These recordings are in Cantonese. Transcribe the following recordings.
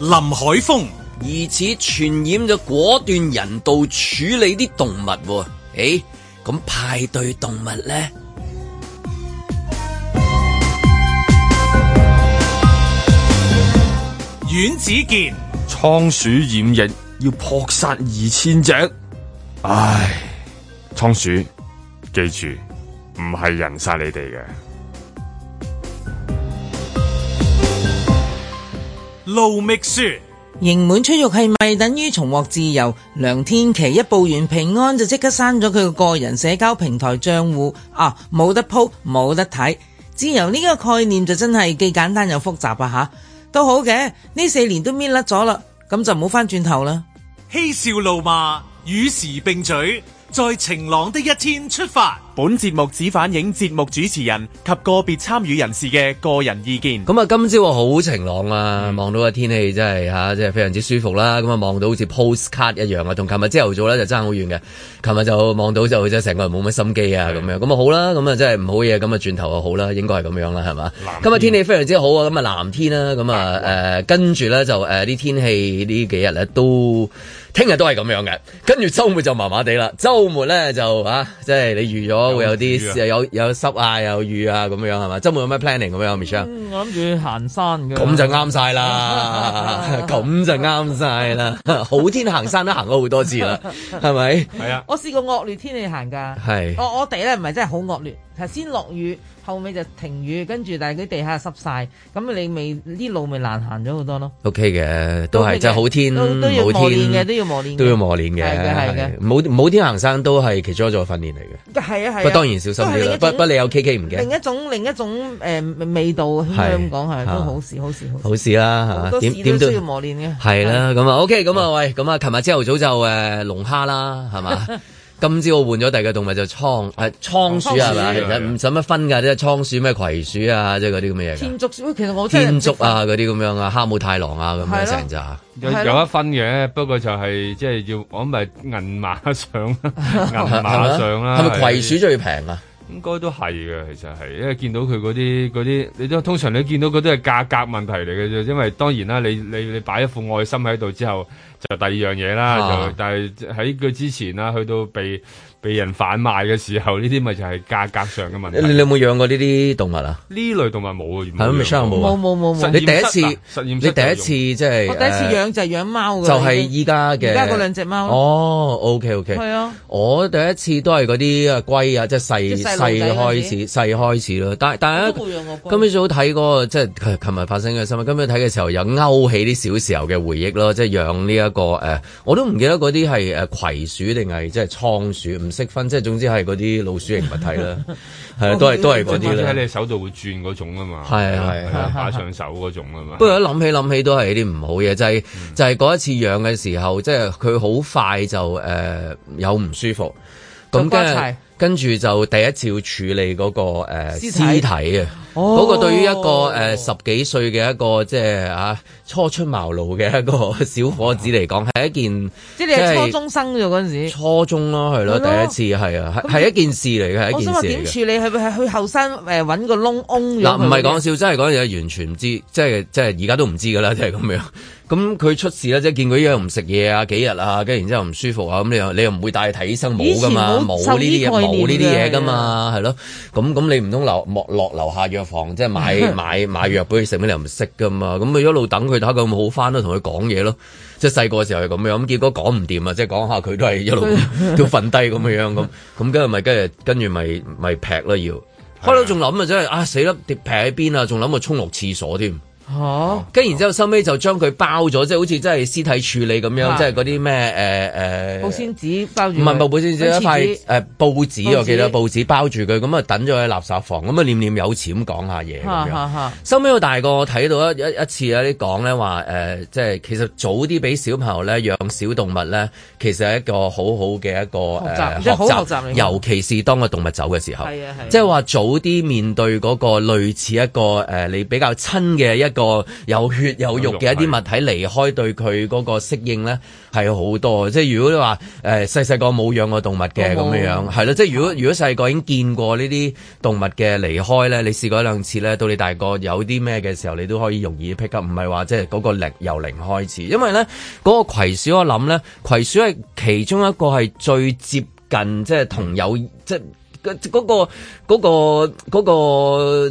林海峰、而此傳染咗果斷人道處理啲動物喎。誒，咁派對動物呢？阮子健、倉鼠染疫要撲殺二千隻，唉，倉鼠，記住唔係人殺你哋嘅。盧覓雪、刑滿出獄係咪等於重獲自由？梁天琦一報完平安就即刻刪咗佢個個人社交平台賬戶啊，冇得 po，冇得睇。自由呢個概念就真係既簡單又複雜啊吓，都好嘅，呢四年都搣甩咗啦，咁就唔好翻轉頭啦。嬉笑怒罵，與時並舉，在晴朗的一天出發。本節目只反映節目主持人及個別參與人士嘅個人意見。咁啊，今朝啊好晴朗啊，望到個天氣真係嚇，即係非常之舒服啦。咁啊，望到好似 postcard 一樣啊，同琴日朝頭早咧就爭好遠嘅。琴日就望到就即係成個人冇乜心機啊咁樣。咁啊好啦，咁啊真係唔好嘢，咁啊轉頭啊好啦，應該係咁樣啦，係嘛？今日天氣非常之好啊，咁啊藍天啦，咁啊誒跟住咧就誒啲天氣呢幾日咧都。聽日都係咁樣嘅，跟住週末就麻麻地啦。週末咧就啊，即係你預咗會有啲有有濕啊，有雨啊咁樣係嘛？週末有咩 planning 咁樣，Michelle？啊嗯我諗住行山嘅。 咁就啱晒 啦，咁就啱晒啦。好天行山都行咗好多次 啦，係咪？係啊，我試過惡劣天氣行㗎，係我我哋咧唔係真係好惡劣，係先落雨，後尾就停雨，跟住但係佢地下濕晒，咁你咪啲路咪難行咗好多咯。 OK 嘅，都係即係好天，都都要好磨練嘅，天都要磨練嘅，都要磨練嘅，係嘅係嘅冇冇天行山都係其中一種訓練嚟嘅。係啊係啊。不過當然小心都係啲另啦一，種不不你有 K K 唔驚另。一種另一種誒味道，香港係啊都好事好事好事。好事啦好嚇，多事點點都需要磨練嘅係啦，咁啊 OK，咁啊喂，咁啊，琴日朝頭早就誒龍蝦啦，係 嘛？今朝我換咗第二個動物就倉誒倉哦鼠啊係嘛？其實唔使乜分㗎，即係倉鼠咩葵鼠啊，即係嗰啲咁嘅嘢㗎。天竺鼠，喂其實我真係天唔識竺啊，嗰啲咁樣啊，哈姆太郎啊，咁係樣咯成咋？有係咯有一分嘅，不過就係即係要我咪銀馬 上，銀係馬啊上啦。係咪葵鼠最平啊？應該都係嘅，其實係，因為見到佢嗰啲嗰啲，你都通常你見到嗰啲係價格問題嚟嘅啫。因為當然啦，你你你擺一副愛心喺度之後，就第二樣嘢啦。啊就但係喺佢之前啦，去到被被人販賣嘅時候，呢啲咪就係價格上嘅問你題。你呢有冇養過呢啲動物啊？類動物冇啊，係咪 Michelle 冇冇啊？冇冇冇實驗室啊。你第一次，實你驗第室一次即呃係我第一誒次養就係養貓㗎就啦，係已經依家嘅而家嗰兩隻貓咯哦，OK OK，係啊，我第一次都係嗰啲啊龜啊，即係細即細係細路仔嗰啲開始細開始咯。但但我係都冇養過龜今朝早睇嗰個即係琴日發生嘅新聞，今朝睇嘅時候有勾起啲小時候嘅回憶咯，即係養呢一個誒，我都唔記得嗰啲係誒呃葵鼠定係即係倉鼠，唔識分，即係總之係嗰啲老鼠型物體啦，係啊都係都係嗰嗰啲啲喺啦。你手度會轉嗰種啊嘛，係係啊擺上手嗰種啊嘛。不過一諗起諗起都係啲唔好嘢，就係、嗯就係、嗰一次養嘅時候，即係佢好快就誒、呃有唔舒服，咁就瓜柴跟跟住就第一次要處理嗰、個誒、呃、屍屍體體啊。哦嗰個對於一個誒、呃十幾歲嘅一個即係啊初出茅廬嘅一個 小伙子嚟講，係一件即係你係係初中生咗嗰陣時。初中咯，係咯，係咯第一次係啊，係係一件事嚟嘅，係我一想件話事點嚟嘅。處理係係去後生誒揾個窿窿咗嗱，唔佢係嘅講笑，真係嗰樣嘢完全唔知，即係即係而家都唔知㗎啦，即係咁樣。咁佢出事啦，即係見佢一樣唔食嘢啊，幾日啊，跟住然之後唔舒服啊，咁你又你又唔會帶去睇醫生冇㗎嘛，以前冇冇呢啲嘢，獸醫概冇念呢啲嘢㗎嘅嘛，係咯。咁咁你唔通留莫落樓下藥房即係買買買藥俾佢食咩？你又唔識㗎嘛。咁佢一路等佢睇下佢有冇好翻咯，同佢講嘢咯。即係細個嘅時候係咁樣，咁結果講唔掂啊！即係講下佢都係一路 都瞓低咁樣咁，咁跟住咪跟住跟住咪咪劈咯要。開頭仲諗啊，真係啊死啦！跌劈喺邊啊？仲諗啊沖落廁所添。嚇跟然之後，收尾就將佢包咗，即係好似真係屍體處理咁樣，啊即係嗰啲咩誒誒保鮮紙包住佢，唔係冇保鮮紙，揾一塊廁誒報紙，我記得報報紙包住佢，咁啊等咗喺垃圾房，咁啊念念有詞咁講下嘢咁嚇樣。嚇嚇收尾我大個我睇到一一一次有啲講咧話誒，呃即係其實早啲俾小朋友咧養小動物咧，其實係一個好好嘅一個學習誒即係好學習嚟嘅尤其是當個動物走嘅時候，係啊係啊即係話早啲面對嗰個類似一個誒、呃你比較親嘅一個有血有肉嘅一啲物體離開對佢嗰個適應咧係好多。即係如果你呃話誒細細個冇養過動物嘅咁樣樣，係咯，即係如果如果細個已經見過呢啲動物嘅離開咧，你試過一兩次咧，到你大個有啲咩嘅時候，你都可以容易 pick up，唔係話即係嗰個零由零開始，因為咧嗰、個葵鼠我諗咧，葵鼠係其中一個係最接近即係同有即係嗰、嗰個嗰、個嗰、個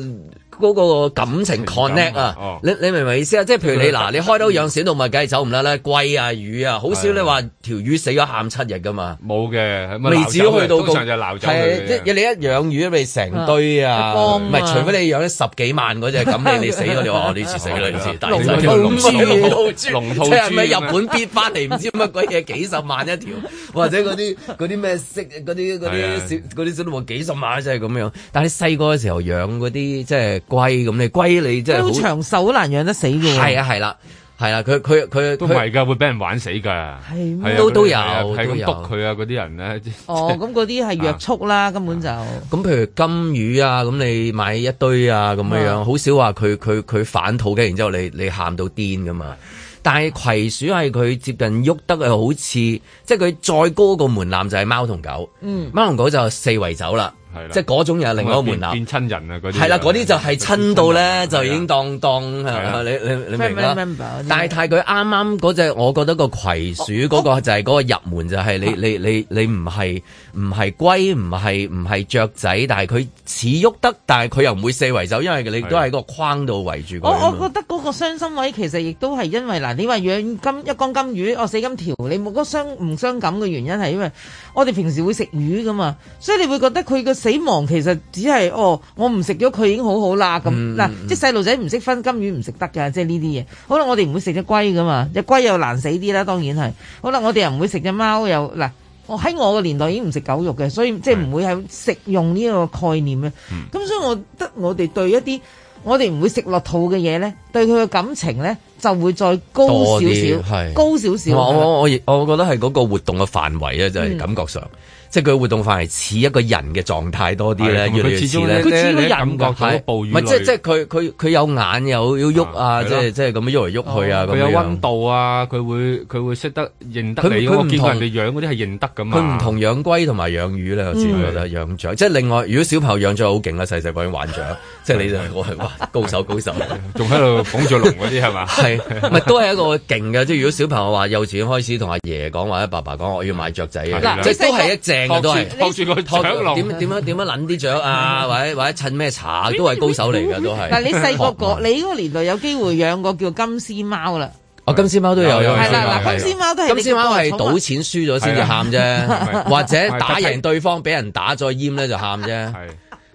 嗰個感情 connect 啊，哦你你明唔明意思啊？即係譬如 你嗱，你開刀養小動物，梗係走唔甩啦，龜啊魚啊，好少你話條魚死咗喊七日噶嘛。冇嘅，咁啊未至於去到鬧走佢通咁，常就鬧走佢係嘅即係你一養魚咪成堆啊，啊幫啊唔係除非你養咗十幾萬嗰只咁，你你 死咗你話我哦呢次死咗呢次，大龍隻套龍豬龍套豬，龍套即係咪豬咁啊日本必翻嚟唔知乜鬼嘢幾十萬一 條，或者嗰啲嗰啲咩色嗰啲嗰係啲啊小嗰啲小動物幾十萬啊真係咁樣，但係你細個嘅時候養嗰啲即係龜咁，你龜你真係好好長壽，好難養得死嘅喎。係啊係啦係啦，佢佢佢都唔佢係㗎，會俾人玩死㗎。係咩係啊都都有係都咁有篤佢啊！嗰啲人咧，即係哦，咁嗰啲係約束啦，根本就咁譬如金魚啊，咁你買一堆啊，咁樣樣，好少話佢佢佢反肚嘅，然之後你你喊到癲噶嘛。但係葵鼠係佢接近喐得係好似，即係佢再高個門檻就係貓同狗，嗯貓同狗就四圍走啦係啦，即係嗰種又係另外一個門變檻。變親人啊！嗰啲係啦，嗰啲就係親到咧，變親就人已經當當啊你你你明 family 啦。 member 大太佢啱啱嗰隻，我覺得個葵鼠嗰個就係嗰個入門，就係你你你你唔係唔係龜，唔係唔係雀仔，但係佢似喐得，但係佢又唔會四圍走，因為你都喺個框度圍住佢我啊我嘛。哦覺得嗰個傷心位其實亦都係因為嗱，你話養金一缸金魚，我、死金條，你冇嗰傷唔傷感嘅原因係因為我哋平時會食魚噶嘛，所以你會覺得佢嘅死亡其實只係哦，我唔食咗佢已經好好啦咁嗯嗱，即係細路仔唔識分金魚唔食得㗎，即係呢啲嘢。好啦，我哋唔會食只龜噶嘛，只龜又難死啲啦，當然係。好啦，我哋又唔會食只貓又嗱。我喺我嘅年代已經唔食狗肉嘅，所以即係唔會係食用呢一個概念嘅。咁、嗯所以我覺得我哋對一啲我哋唔會食落肚嘅嘢咧，對佢嘅感情咧就會再高多少啲少係，高少少。我我我亦我覺得係嗰個活動嘅範圍啊，就嗯係感覺上，即係佢活動範圍似一個人嘅狀態多啲咧，係同埋越嚟越佢始似終咧。咧佢似個你人感覺到係哺乳唔係即係類即係佢佢佢有眼有要喐啊，啊係即咯哦係即係咁樣喐嚟喐去啊，咁佢有樣樣溫度啊，佢會佢會識得認得佢你。佢我唔見過人同哋養嗰啲係認得噶嘛。佢唔同養龜同埋養魚咧，我嗯自己覺得養雀，即係另外，如果小朋友養雀好勁啊啦，細細個已經玩雀， 即係你就我係哇高手高手，仲喺度捧住龍嗰啲係嘛？係咪都係一個勁嘅？即係如果小朋友話幼稚園開始同阿爺講或者爸爸講我要買雀仔啊嗱嘅，即係都係一正嘅都係。托住托住個雀托龍，點點樣點樣撚啲雀啊，或者或者襯咩茶都係高手嚟嘅，都但係。係你哦細個個你嗰個年代有機會養過叫金絲貓啦，哦，金絲貓都有，有有係啦有嗱，金絲貓都係啊金絲貓係你嘅寵物賭錢輸咗先至喊啫，或者打贏對方俾人打再閹咧就喊啫。係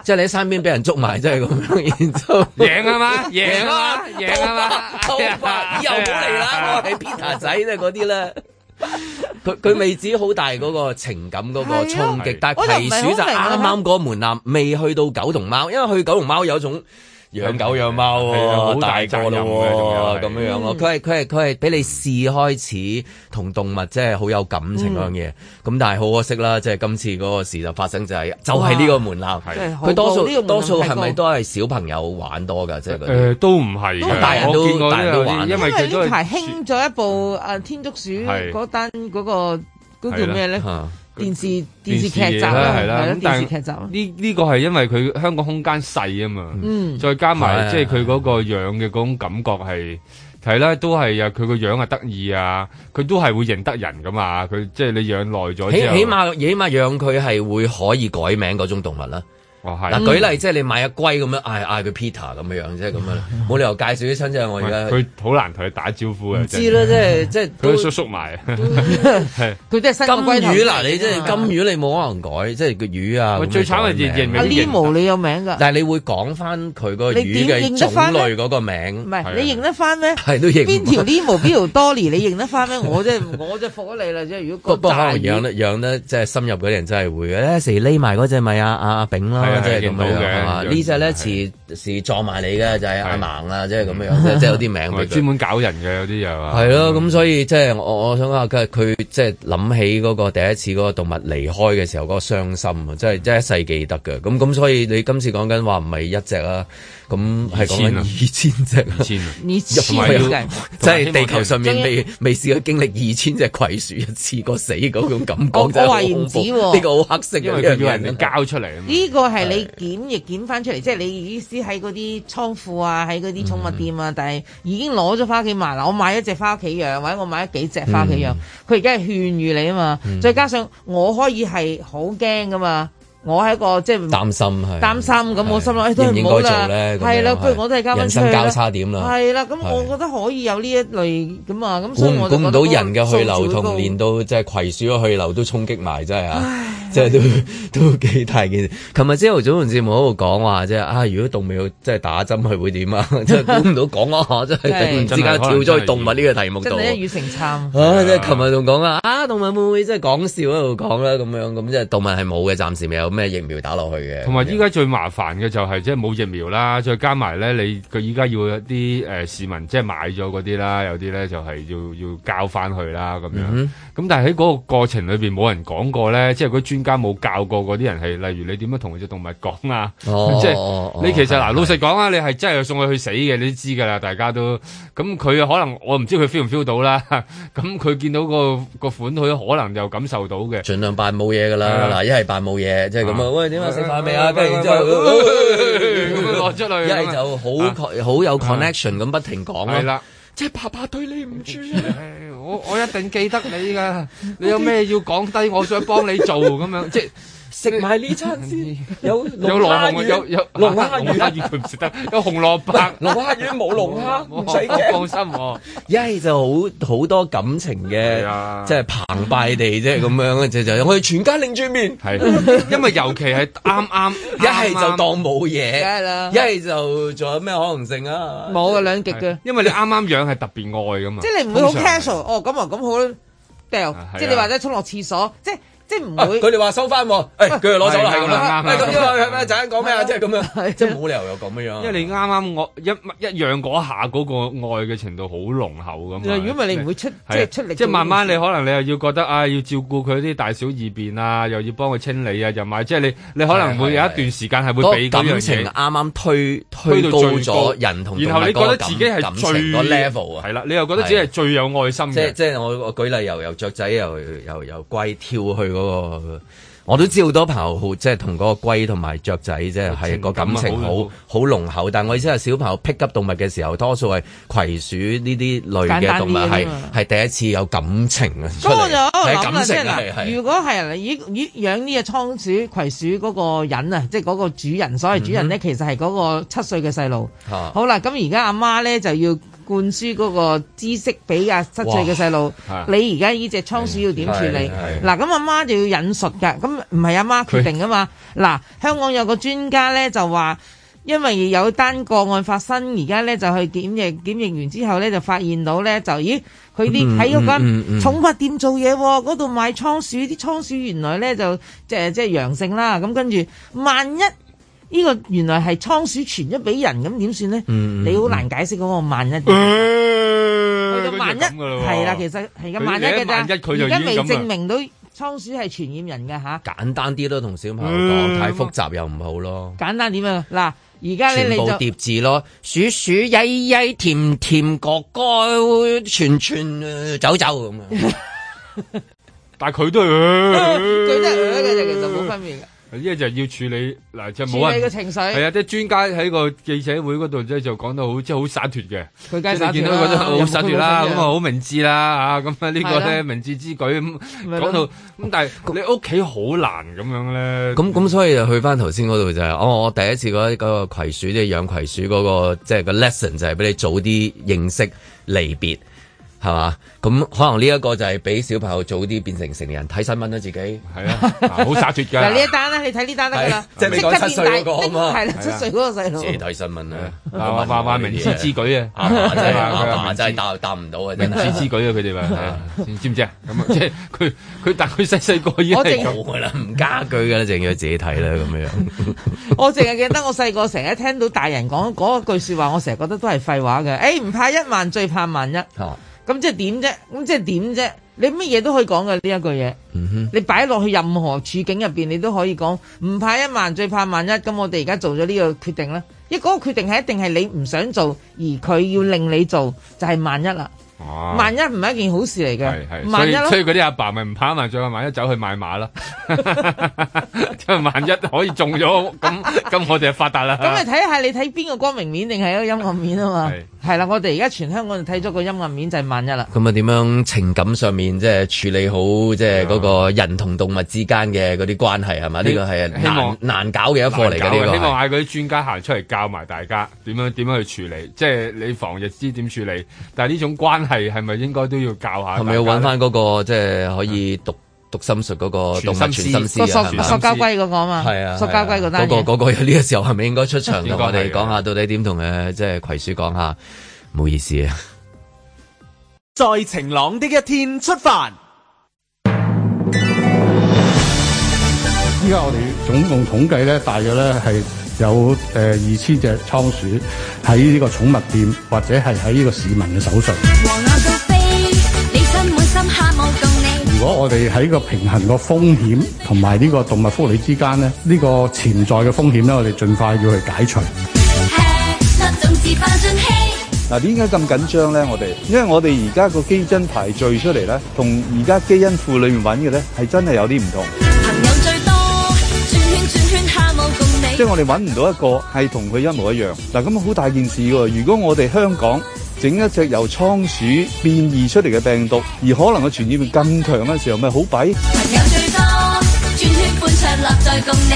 即係你喺山邊俾人捉埋，即係咁樣，然之後贏啊嘛，贏啊嘛，贏 啊嘛，偷拍，以後唔好嚟啦，啊我係 Peter 仔咧嗰啲咧。佢佢未至於好大嗰個情感嗰個衝擊，係但係皮鼠就啊我就啱唔係好明啊啱嗰個門檻，未去到狗同貓，因為去狗同貓有一種養狗養貓係啊好喎，大個責任嘅仲咯有係喎，咁樣樣嗯咯。佢係佢係佢係俾你試開始同動物即係好有感情嗰樣嗯嘢，咁但係好可惜啦，即係今次嗰個事就發生就係就係呢個門檻，係真係好佢多高呢數個門檻多數太係高咪都係小朋友玩多㗎？即係嗰啲。誒都唔係都嘅，大人都我見過大人都有啲玩因為因為佢都呢排係興咗一部啊天竺鼠係嗰單嗰個嗰叫咩咧？嚇電視電電視視劇集嘢啦，啦係係啦啦咁電但視係 劇集啦。呢呢個係因為佢香港空間細啊嘛。嗯，再加埋係即係佢嗰個樣嘅嗰種感覺係係啦，都係啊，佢個樣啊得意啊，佢都係會認得人噶嘛，佢即係你養耐咗起之後，起碼起碼養佢係會可以改名嗰種動物啦。哦嗱，係。舉例即係你買只龜咁樣，嗌嗌佢 Peter 咁樣樣即係咁樣，冇理由介紹啲親戚我而家嗯佢好難同你打招呼嘅，唔真係知啦，即係即係佢都縮縮埋。佢都係新金個龜頭魚嗱，你即係啊金魚，你冇可能改，即係個魚啊。喂咁最慘係你改認名認阿未 Limo 你有名㗎，但係你會講翻佢個魚你點認嘅得種返呢類嗰個唔名，係係你認得翻咩？係都認唔邊條 Limo 邊條 Dolly 你認得翻咩？我真係 我真係服咗你啦！即係如不果不過個可大能養魚，得養得即係深入嗰啲人真係會嘅，咧時匿埋嗰只咪阿阿阿炳係啦，啊即係咁認到樣嘅係嘛養呢只咧係時時撞埋你嘅就係阿係盲啦，即係咁樣， 即係即係有啲名我俾專佢。門嗯搞人嘅有啲又話係咯，咁所以即係我我想講下佢佢即係諗起嗰個第一次嗰個動物離開嘅嗯時候嗰個傷心啊，即係即係一世記得嘅。咁咁所以你今次講緊話唔係一隻啦，咁係講緊二千啊二千隻啊二千啊！你黐同埋嘅，即係地球上面未未試過經歷二千隻葵樹一次過死嗰種感覺，我真係我好懷疑唔恐止怖。喎呢個好黑色因嘅為呢佢樣要嘢人哋交出嚟啊嘛。呢個係你檢疫檢翻出嚟，即係你意思喺嗰啲倉庫啊，喺嗰啲寵物店嗯啊，但係已經攞咗翻屋企賣啦。我買一隻翻屋企養，或者我買咗嗯幾隻翻屋企養，佢而家係勸喻你啊嘛。再加上我可以係好驚噶嘛，我係一個即係擔心係擔心咁，我心諗誒哎係都應唔係應唔該好做啦，咧？咁樣係啦，不如我都係交翻人出去生啦交叉點啦。係啦，咁係我覺得可以有呢一類咁啊，咁估所以唔我估唔就覺得到嗰個人嘅去數留字會高同連到即係葵鼠嘅去留都衝擊埋，真係啊！即係都 都幾大件事。琴日朝頭早份節目喺度講話，即係啊，如果動物即係打針佢會點啊？ 即係估唔到講啊！真係突然之間跳咗去動物呢個題目真度。係一語成讖。啊！即係琴日仲講啊，啊動物會唔會即係講笑喺度講啦咁樣咁，即係動物係冇嘅，暫時未有咩疫苗打落去嘅。同埋依家最麻煩嘅就係即係冇疫苗啦，再加埋咧你佢依家要一啲誒、呃市民即係買咗嗰啲啦，有啲咧就係、要要交翻去啦咁嗯樣。咁、但係喺嗰個過程裏邊冇人講過咧，即係嗰啲專家冇教過嗰啲人係，例如你點樣同隻動物講啊？哦 即哦哦係你其實係嗱，老實講啊，你係真係要送佢去死嘅，你都知㗎啦，大家都咁佢可能我唔知佢 feel 唔 feel 到啦， 咁佢見到個個款佢可能就感受到嘅。盡量扮冇嘢㗎啦，係嗱一係扮冇嘢，即係咁啊！啊喂，點啊？食飯未啊？跟住然之後，咁樣攞出去一係就好 co- 好有 connection 咁不停係講咯。啦。即係爸爸對你唔住啊！唉我我一定記得你噶，你有咩要講低，我想幫你做咁樣，即係食埋呢餐先，有有羅紅，有有龍蝦魚蝦魚，魚佢唔食得，有紅蘿蔔，龍蝦魚冇龍蝦，唔使我驚。放心我。一係就好好多感情嘅係啊，即係澎湃地即係咁樣，就就我哋全家擰住面。係，因為尤其係啱啱，一係就啱啱當，冇嘢，梗係啦一係就仲有咩可能性啊？冇啊，兩極嘅。因為你啱啱養係特別愛噶嘛，即係你唔會好通常 casual 哦，咁啊咁好啦掉啊係，啊即係你話齋沖落廁所，即係即係唔啊會佢哋話收翻喎，誒佢哋攞走啦，哎係係咁啦，誒啱啦啱啦咁因為係咩？陣間講咩啊？即係咁樣，係啊即係冇理由又咁樣樣。因為你啱啱我一一樣嗰下嗰個愛嘅程度好濃厚噶嘛。呃如果唔係你唔會出即係啊係出力做呢件事，即係慢慢你可能你又要覺得啊，要照顧佢啲大小二便啊，又要幫佢清理啊，又買，即係你你可能會有一段時間係會嗰俾嗰感樣情嘢啱。啱推推推到高最咗人同然後你覺覺得自己係感情最個 level 啊，係啦，你又覺得自己係最有愛心即係嘅，即係我我舉例由由雀仔由由由龜跳去嗰、個，我都知好多朋友好即係同嗰個龜同埋雀仔即係係個啊感情好好濃厚，但我意思係小朋友 pick up 動物嘅時候，多數係葵鼠呢啲類簡嘅單啲動物係啊嘛係第一次有感情啊，出咁我嚟就喺度係諗啦，感即情係啊係嗱，係如果係嗱咦咦養呢只倉鼠、葵鼠嗰個人啊，即係嗰個主人，所謂主嗯人咧，其實係嗰個七歲嘅細路。嚇好啦，咁而家阿媽咧就要灌輸嗰個知識俾阿七歲嘅細路哇，你而家呢只倉鼠要點處理係係？嗱，咁阿媽就要引述㗎，咁唔係阿媽決定㗎嘛。嗱，香港有個專家咧就話。因為有單個案發生，而家咧就去檢疫，檢疫完之後咧就發現到咧就咦佢啲喺嗰嗯嗯間嗯寵物店做嘢喎，嗰度賣倉鼠，啲倉鼠原來咧就即係即係陽性啦，咁跟住萬一。呢個原來係倉鼠傳咗俾人，咁點算嗯呢？你好難解釋嗰個萬一，去去到萬一係啦，其實係而家佢萬一嘅咋，萬一佢就而家已經未咁啦證明到倉鼠係傳染人嘅吓。簡單啲咯，同小朋友嗯講，太複雜又唔好咯。簡單點啊？嗱，而家咧全你部就疊字咯，鼠鼠曳曳甜甜哥哥，串串呃走走咁樣。但 係佢 都佢佢都係佢嘅啫，其實冇分別嘅，呢就要處理嗱，即係處 冇理個人情係緒，啊，啲專家喺個記者會嗰度即係就講到好即係好灑脱嘅。佢梗即係係你灑見脱到啦佢都好灑脱啦，咁有冇佢冇分別啊好明智啦嚇，咁啊呢係個啦咧明智之舉咁咪講到咁，但係你屋企好難咁樣咧，咁咁所以就去翻頭先嗰度就係、哦，我第一次覺得嗰個葵鼠即係養葵鼠嗰、個即係個 lesson 就係俾你早啲認識離別。係嘛？咁可能呢一個就係俾小朋友早啲變成成年人睇新聞啦，自己係啊，好灑脱㗎。 嗱呢一單啦，你睇呢單得㗎啦，係即係你講刻七變歲嗰個啊大，嘛 係啦，七歲嗰個細自 路。己睇新聞啦。啊啊話話 話明智之舉啊，阿嫲真係阿 係啊嫲真係答答唔到啊！真明係智之舉啊，佢哋 話係啊，知唔知啊？咁啊， 即係佢佢但佢細細個已經我係淨咁冇噶啦，唔家居噶啦，淨要自己睇啦咁 樣。我淨係記得我細個成日聽到大人講嗰句説話，我成日覺得都係廢話嘅。誒、唔怕一萬，最怕萬一。嚇咁即係點啫？咁即係點啫？你乜嘢都可以講嘅呢一句嘢。嗯你擺落去任何處境入邊，你都可以講唔怕一萬，最怕萬一。咁我哋而家做咗呢個決定啦。因為嗰個決定係一定係你唔想做，而佢要令你做，就係、萬一啦。啊哦萬一唔係一件好事嚟啊係嘅，係，萬所一以咯所。以嗰啲阿爸咪唔怕麻雀，萬一走去買 馬啦， 即係萬一可以中咗，咁咁我哋就發達啊啦。咁你睇下你睇邊個光明面定係一個陰暗面啊嘛係？係啦，我哋而家全香港就睇咗個陰暗面就係萬一啦。咁啊，點樣情感上面即係處理好，即係嗰個人同動物之間嘅嗰啲關係係嘛？呢個係希望難難搞嘅一課嚟搞嘅呢個啊希係。望嗌嗰啲專家行出嚟教埋大家點樣點樣去處理，即係你防疫知點處理，但係呢種關係係咪應該都要教下？係咪要揾？翻嗰個即係可以讀讀心術嗰個動物全全心心思思個啊？塑係嘛塑膠龜嗰個啊嘛，係啊，塑膠龜嗰嗰單個嘢。嗰個呢個時候係咪應該出場應同該係我哋講下到底點同誒即係葵叔講下？唔好意思啊。在晴朗的一天出發。依家我哋總共統計咧，大約咧係有誒呃二千隻倉鼠喺呢個寵物店或者係喺呢個市民嘅手上。和我高飛，你身滿心下舞動你。如果我哋喺個平衡個風險同埋呢個動物福利之間咧，呢、個潛在嘅風險咧，我哋盡快要去解除。吃粒種子化進氣。嗱，點解咁緊張咧？我哋因為我哋而家個基因排序出嚟咧，同而家基因庫裏面揾嘅咧，係真係有啲唔同。朋友最多，轉圈轉圈下舞共你即係。我哋揾唔到一個係同佢一模一樣。嗱，咁好大件事喎！如果我哋香港整一隻由倉鼠變異出嚟嘅病毒，而可能個傳染力更強嘅時候，咪好弊。朋友最多，轉圈半場立在共你。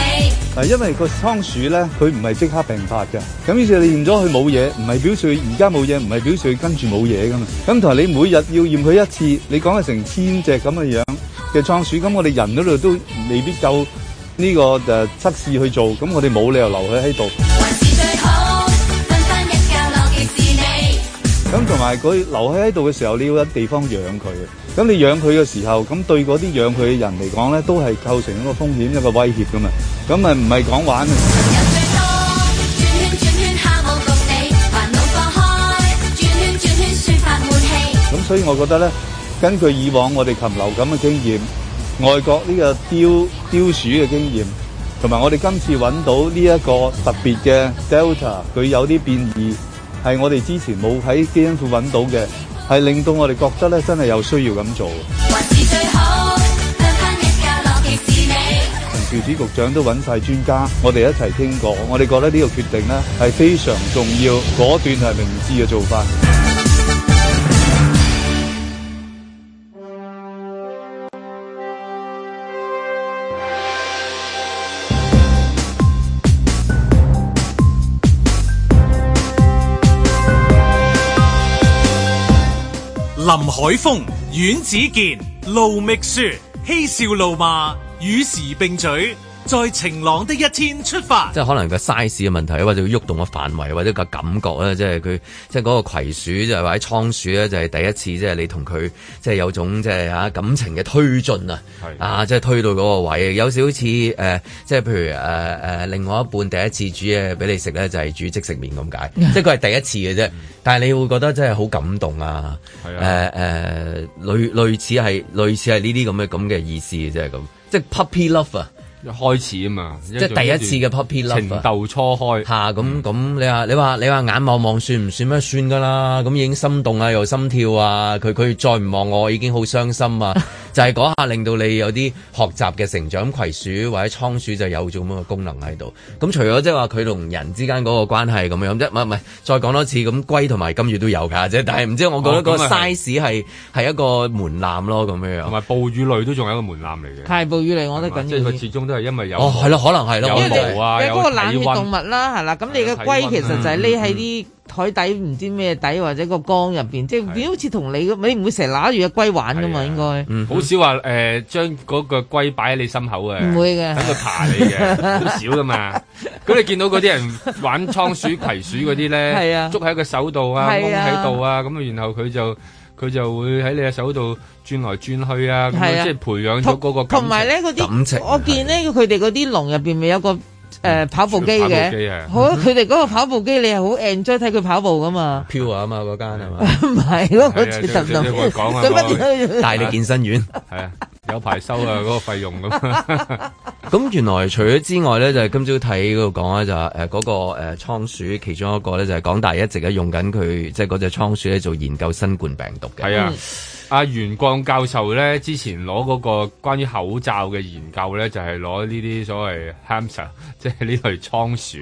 嗱，呃因為個倉鼠咧，佢唔係即刻病發嘅，咁於是你驗咗佢冇嘢，唔係表示佢而家冇嘢，唔係表示佢跟住冇嘢噶嘛。咁同埋你每日要驗佢一次，你講係成千隻咁嘅樣嘅倉鼠，咁我哋人嗰度都未必夠呢、個誒、呃、測試去做，咁我哋冇理由留佢喺度。還是最好，瞓翻一覺落嘅是你。咁同埋佢留喺喺度嘅時候，你要有地方養佢。咁你養佢嘅時候，咁對嗰啲養佢嘅人嚟講咧，都係構成一個風險、一個威脅噶嘛。咁咪唔係講玩嘅。啊朋友最多，轉圈轉圈下舞共你。煩惱放開，轉圈轉圈抒發悶氣。咁所以我覺得咧，根據以往我哋禽流感嘅經驗，外國呢個雕雕鼠嘅經驗，同埋我哋今次揾到呢一個特別嘅 Delta，佢有啲變異係我哋之前冇喺基因庫揾到嘅，係令到我哋覺得咧真係有需要咁做。還是最好，瞓翻一覺落嘅是你。陳肇始局長都揾晒專家，我哋一齊傾過，我哋覺得呢個決定咧係非常重要、果斷係明智嘅做法。林海峰、阮子健、盧覓雪，嬉笑怒罵，與時並舉，在晴朗的一天出發即。係可能個 size 嘅問題，或者佢喐動嘅範圍，或者個感覺咧，即係佢即係嗰個葵鼠就係或者倉鼠咧，就係第一次即係你同佢即係有種即係嚇感情嘅推進啊，係啊即係推到嗰個位，有少少似誒即係譬如誒誒、呃另外一半第一次煮嘢俾你食咧，就係煮即食麵咁解，即係佢係第一次嘅啫，但係你會覺得真係好感動啊，嗯係誒啊誒、呃類類似係類似係呢啲咁嘅咁嘅意思嘅，即係咁，即係 puppy love 啊，開始啊嘛，即即係第一次嘅 puppy love 情啊。竇初開。 吓咁咁，你話你話你話眼望望算唔算咩？算噶啦，咁已經心動啊，又心跳啊，佢佢再唔望我已經好傷心 啊！就係嗰下令到你有啲學習嘅成長，葵鼠或者倉鼠就有種咁嘅功能喺度。咁除咗即係話佢同人之間嗰個關係咁樣啫，唔係唔係，再講多次咁龜同埋金魚都有㗎啫，但係唔知我覺得哦個咁啊啊係 size 係係一個門檻咯咁樣樣。同埋哺乳類都仲有一個門檻嚟嘅，太暴雨嚟，我覺得即係緊要佢。始終都係因為有哦，係咯，可能係有咯，因為你毛啊你有嗰個冷體血溫動物啦，係啦，咁你嘅龜其實就係匿喺啲海底唔知咩底或者個缸入邊，即係係你好似同你咁，你唔會成日揦住個龜玩噶嘛，係啊應該好嗯少話誒將嗰個龜擺喺你心口嘅，唔會啊嘅等佢爬你 嘅，好少噶嘛。咁你見到嗰啲人玩倉鼠、葵鼠嗰啲咧，係啊捉喺個手度啊，掹係啊喺度啊，咁啊，然後佢就佢就會喺你嘅手度轉來轉去啊，咁係樣啊即係培養咗嗰個感同埋咧嗰感情啲，我見咧佢哋嗰啲籠入邊咪有個誒跑步機跑步機嘅啊，好啊佢哋嗰個跑步機你係好 enjoy 睇佢跑步噶嘛，飄啊嘛 嗰間係嘛，唔係嗰個係啊絕即係即係我講啊佢乜嘢都要大力健身院。情，係啊，有排收啊嗰個費用咁。咁原來除咗之外咧，就係、今朝睇嗰度講咧，就係誒嗰個誒倉鼠其中一個咧，就係、港大一直咧用緊佢即係嗰只倉鼠咧做研究新冠病毒嘅。係啊，阿袁光教授咧之前攞嗰個關於口罩嘅研究咧，就係攞呢啲所謂 hamster，即 係呢類倉鼠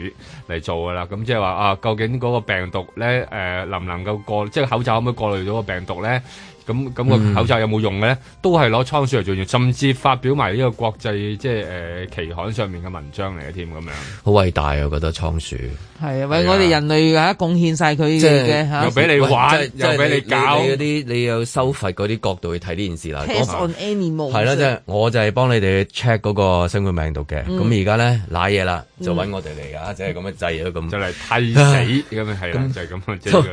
嚟做噶啦。咁即係話啊，究竟嗰個病毒咧誒、呃能唔能夠過，即係口罩可唔可以過濾到個病毒咧？咁咁個口罩有冇用嘅咧？都係攞倉鼠嚟做完，甚至發表埋呢個國際即係誒、呃期刊上面嘅文章嚟嘅添咁樣。好偉大啊！我覺得倉鼠，係啊，為我哋人類嚇貢獻晒佢嘅嚇又。俾你玩喂即係又俾你搞你嗰啲你有收費嗰啲角度去睇呢件事啦。 Test 講 on animal 係啦，即係我就係幫你哋 check 嗰個新冠病毒嘅。嗯咁而家咧攋嘢啦，就揾我哋嚟㗎，即係咁樣制咗咁就。嚟替死咁樣係啦，就係咁啊，即係佢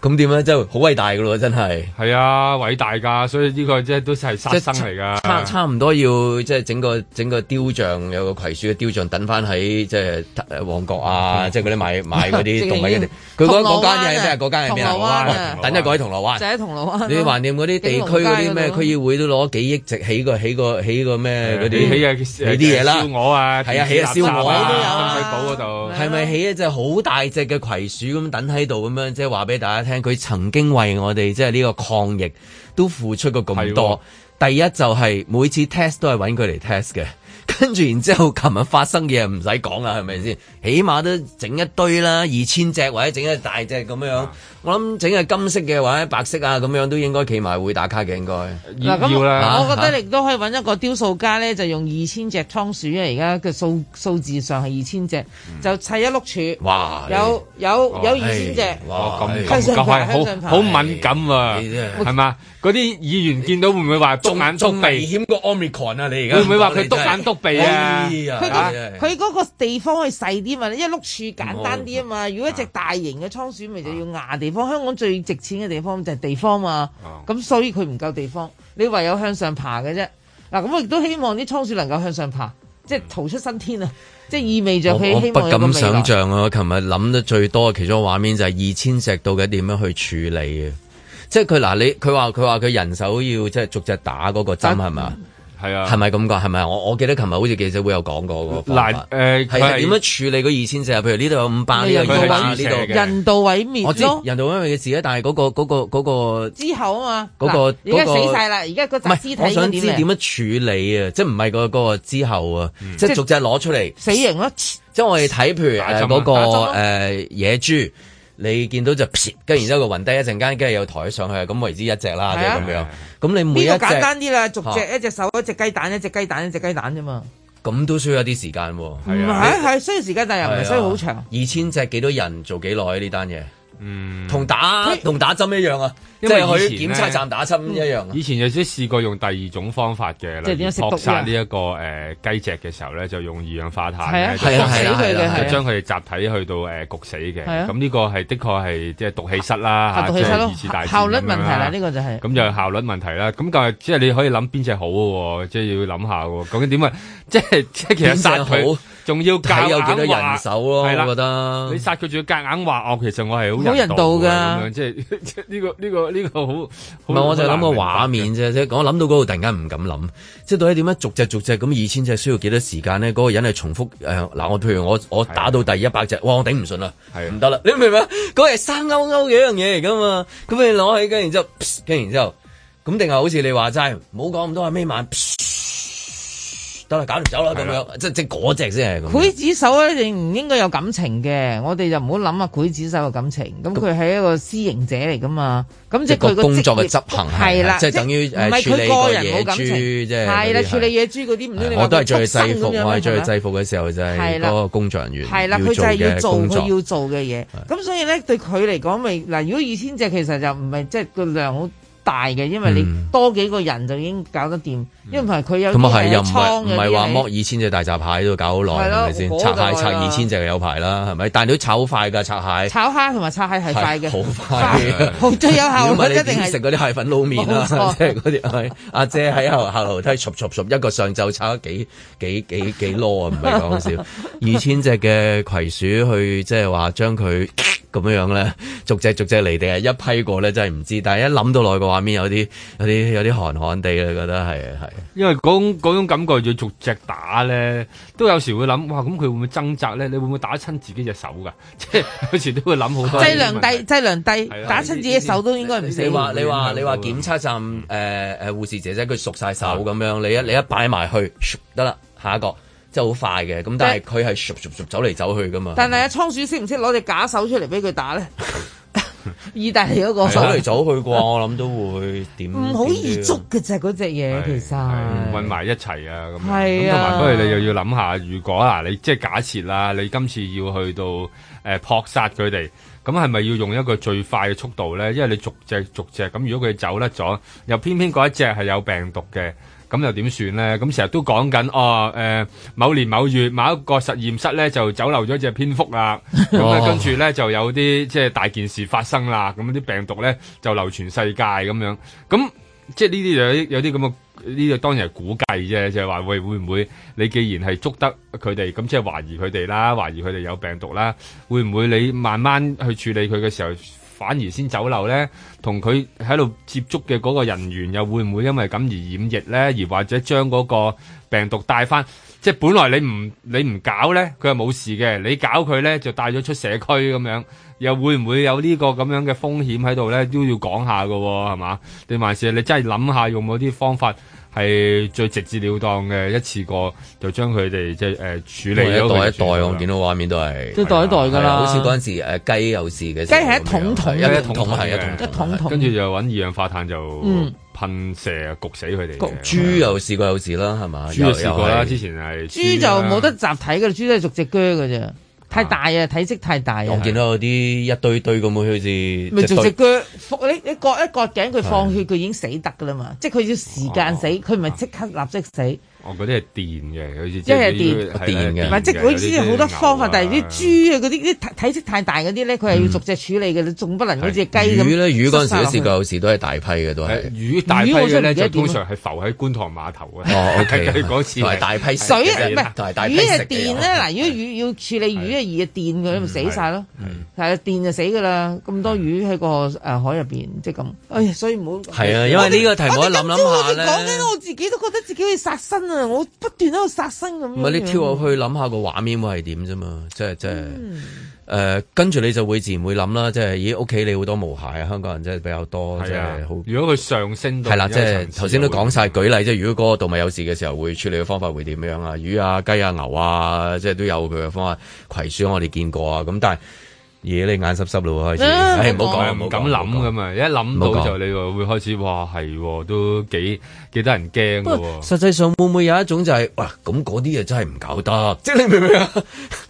咁點咧？真係好偉大噶咯，真係。係啊，偉大㗎，所以呢個即係都係殺生嚟差㗎。差唔多要即係整個整個雕像有個葵樹嘅雕像等翻喺即係誒旺角嗯啊，即係嗰啲買買嗰 啲動物嘅地。佢嗰嗰間嘢係咩？嗰間係咩啊？銅鑼灣啊等一改銅鑼就灣。喺銅鑼灣。你橫掂嗰啲地區嗰啲咩區議會都攞幾億值起個起個起個咩嗰起啲，啊，起呢啲嘢啦燒鵝啊，係啊起啊電子垃圾燒鵝啊深水埗嗰度係咪起一隻好大隻嘅葵樹咁等喺度咁樣？即係話俾大家聽，佢曾經為我哋即係呢個抗疫都付出過咁多。第一就係每次 test 都係揾佢嚟 test 嘅。 跟住然之後，琴日發生嘅嘢唔使講啦，係咪先？起碼都整一堆啦，二千隻或者整一大隻咁啊樣。我諗整係金色嘅或者白色啊咁樣都應該企埋會打卡嘅，應該要咁要啊啦。我覺得你都可以揾一個雕塑家咧，就用二千隻倉鼠啊！而家嘅數數字上係二千隻，就砌一碌柱，嗯哇！有有有二千隻唉。哦，哇咁向咁上咁爬向係上爬好好敏感啊，你真係係嘛？嗰啲議員見到會唔會話篤仲眼仲篤危鼻？險過 Omicron 啊！你而家會唔會話佢篤眼篤鼻哎啊？佢佢個佢嗰個地方係細啲嘛，一碌柱簡單啲啊嗯嘛。如果一隻大型嘅倉鼠，咪就要牙地方。香港最值錢嘅地方就係地方嘛哦，咁所以佢唔夠地方，你唯有向上爬嘅啫。嗱，咁我亦都希望啲倉鼠能夠向上爬，即係逃出生天啊！即係意味着嗯我佢我希不望有個敢未來想。象啊！我琴日諗得最多嘅其中一個畫面就係二千隻到底點樣去處理嘅，即係佢嗱你佢話佢話佢人手要即係逐隻打嗰個針係咪啊？係啊，係咪咁講？係咪啊？我我記得琴日好似記者會有講過嗰個方法嗱誒，佢係係點樣處理嗰二千隻啊？譬如呢度有五百，呢你又度有二要百，揾呢度嘅人道毀滅我知咯。人道因為嘅事咧，但係嗰個嗰個嗰個之後啊嘛，嗰個嗱而家嗰個死晒啦，而家個唔集肢體係，我想知點啊點樣樣處理啊！即係唔係嗰個之後啊，即係逐隻攞出嚟。死刑咯，即係我哋睇，譬如打針誒啊嗰個打針啊誒野豬，你見到就撇，跟住然之後佢暈低一陣間，跟住又抬上去，咁為之一隻啦，即係係啊咁樣。咁你每呢一個簡隻單啲啦，逐隻啊一隻手，一隻雞蛋，一隻雞蛋，一隻雞蛋啫嘛。咁都需要一啲時間喎。啊啊唔 à. 係係需要時間，但又唔係需要好長。二千隻幾多人做幾耐呢單嘢？嗯。同打佢同打針一樣啊，即因為係去以前檢呢測站打針一樣啊。以前有啲試過用第二種方法嘅，即係例如點樣食毒撲殺藥呢一個誒雞隻嘅時候咧，就用二氧化碳係啊咧，就係啊撲死係啊係啊佢嘅就係啊將佢哋集體去到誒焗死嘅。係啊咁呢個係的確係即係毒氣室啦，嚇發毒氣啊即室係咯二次大，戰效率咁樣問題啦，呢個就係。咁就係效率問題啦。咁但係即係你可以諗邊只好嘅喎，即係要諗下喎。究竟點啊？ 即係即係其實殺邊隻佢好，仲要睇教有幾多人手咯，我係啦覺得你。殺佢仲要夾硬話哦，其實我係好好人道㗎，㗎咁樣即係 即係呢個呢個呢個好。唔唔係，我就諗個畫面啫，即係我諗到嗰度突然間唔敢諗，即係到底點樣逐隻逐隻咁二千隻需要幾多時間咧？嗰、個人係重複誒嗱、我譬如我我打到第一百隻，哇！我頂唔順啦啊係，啊唔得啦，你明唔明啊？嗰係生勾勾嘅一樣嘢嚟噶嘛，咁你攞起跟然之後，噗跟然之後，咁定係好似你話齋，唔好講咁多啊，眯埋，噗得啦，搞掂走啦咁係啦樣，即即嗰只先係咁。劊子手咧，你唔應該有感情嘅，我哋就唔好諗啊劊子手嘅感情。咁佢係一個施刑者嚟噶嘛，咁即係佢個工作嘅職業執行係啦，即係等於唔係誒處佢理個個人野冇感情，豬，即係係嗰啦，啲處理野豬嗰啲唔通你話啊我都係佢最畜生制服，咁樣我係最係咪制服嘅時候就係係啦嗰個工作人員係啦，佢要就做係要嘅做工佢作。要做嘅嘢。咁所以咧，對佢嚟講，咪嗱，如果二千隻其實就唔係即係個量好大嘅，因為你多幾個人就已經搞得掂，因為佢有咁啊係啲又有唔係倉唔嘅係話啲係剝二千隻大閘蟹都搞好耐係係咯咪先？我拆蟹就係拆啦二千隻有排啦，係咪？但係你都炒快㗎，拆蟹炒蝦同埋拆蟹係快嘅，好快嘅。好最有效如果唔係率你一定點食係。嗰啲蟹粉撈麵啦，冇錯即係嗰啲係阿姐喺後後樓梯熟熟熟一個上晝炒咗幾幾幾幾籮啊，唔係講 笑，二千隻嘅葵鼠去即係話將佢咁樣樣咧，逐隻逐隻嚟定係一批過咧，真係唔知。但係一諗到內個畫面有啲有啲有啲寒寒地啊，覺得係係。因為嗰種嗰種感覺要逐隻打咧，都有時會諗，哇！咁佢會唔會掙扎咧？你會唔會打親自己隻手㗎？即係有時都會 諗好多。劑量低，。劑量低係，啦打親自己手都應該唔死。你話你話你話檢測站誒誒護士姐姐佢熟晒啊手咁樣，你一你一擺埋去，咻得啦，下一個真係好快嘅。咁但係佢係咻咻咻走嚟走去噶嘛，但係啊，倉鼠識唔識攞隻假手出嚟俾佢打咧？意大利嗰個走嚟走去啩，我諗都會點唔好易捉點嘅啫，嗰隻嘢其實係混埋一齊啊，咁樣係咁同啊埋不如你又要諗下，如果嗱，你即係假設啦，你今次要去到誒、呃、撲殺佢哋，咁係咪要用一個最快嘅速度咧？因為你逐隻逐隻咁，如果佢走甩咗，又偏偏嗰一隻係有病毒嘅。咁又點算咧？咁成日都講緊哦，誒、某年某月某一個實驗室咧就走漏咗只蝙蝠啦，咁啊哦跟住咧就有啲即係大件事發生啦，咁啲病毒咧就流傳世界咁樣，咁即係呢啲有啲有啲咁嘅呢個當然係估計啫，就係話喂會唔會你既然係捉得佢哋，咁即係懷疑佢哋啦，懷疑佢哋有病毒啦，會唔會你慢慢去處理佢嘅時候？反而先走漏咧，同佢喺度接觸嘅嗰個人員又會唔會因為咁而染疫咧？而或者將嗰個病毒帶翻？即係本來你唔你唔搞咧，佢係冇事嘅；你搞佢咧，就帶咗出社區咁樣，又會唔會有呢個咁樣嘅風險喺度咧？都要講下㗎喎，係嘛？定還是你真係諗下用嗰啲方法係最直接了當嘅，一次過就將佢哋即係誒處理咗一佢袋一就袋，算啦我見到畫面都係即係袋一袋㗎係啊啦。好似嗰陣時誒雞有事嘅時候咁樣，雞係一桶桶一嘅桶桶係一桶一桶桶跟住就揾二氧化碳就呃嗯噴射啊焗死佢哋嘅。豬啊又試過啊有事啦，係嘛？豬就試又過啊啦，係之前係啊豬就啦冇得集體嘅，豬都係逐隻鋸嘅啫，太大啊，體積太大我啊，見到有啲一堆堆咁，好似咪隻逐隻堆鋸，你你割一割頸佢放血，佢已經死得㗎啦嘛，嗯即係佢要時間哦死，佢唔係即刻立即死。我嗰啲係電嘅，好似即係電啲係啦電嘅唔係，即係嘅佢知有好啊啊多方法，但係啲。有豬啊嗰啲啲體體積太大嗰啲咧，佢係要逐隻處理嘅，你仲不能好似雞咁。嗯魚咧，魚嗰陣時都試過塞晒落去有事，都係大批嘅，都誒係。魚大批魚我嘅真係咧，唔記就得通點啊常係浮喺觀塘碼頭嘅。 哦，OK，係嗰次同埋大批食水嘅啊唔係同埋大批魚食係嘅電咧，嗱，如果魚要處理魚啊，熱啊電佢咪死晒咯，嗯係啊電就死噶啦，咁多魚喺個誒海入邊，即係咁，哎呀，所以唔好嗯係啊，因為呢個題目一諗諗下咧，講緊我自己都覺得自己去殺生啊，我不斷喺度殺生咁樣。唔係你跳入去諗下個畫面會係點啫嘛，即係即係。誒，跟住你就會自然會諗啦，即係咦，屋企你好多毛孩啊，香港人真係比較多，即係啊係好，如果佢上升到係啦，一即個係層次頭先都講晒就會舉例，即係如果嗰個動物有事嘅時候，會處理嘅方法會點樣啊？魚啊、雞啊、牛啊，即係都有佢嘅方法。葵鼠我哋見過啊，咁但係嘢你眼濕濕咯，開始，啊唉，唔唔好好係講，唔好敢講諗噶。嘛，一諗唔到好就講你話會開始哇係喎，都幾幾得人驚不啊㗎過喎。啊實際上會唔會有一種就係、哇咁嗰啲嘢真係唔搞 得，即係你明唔明啊？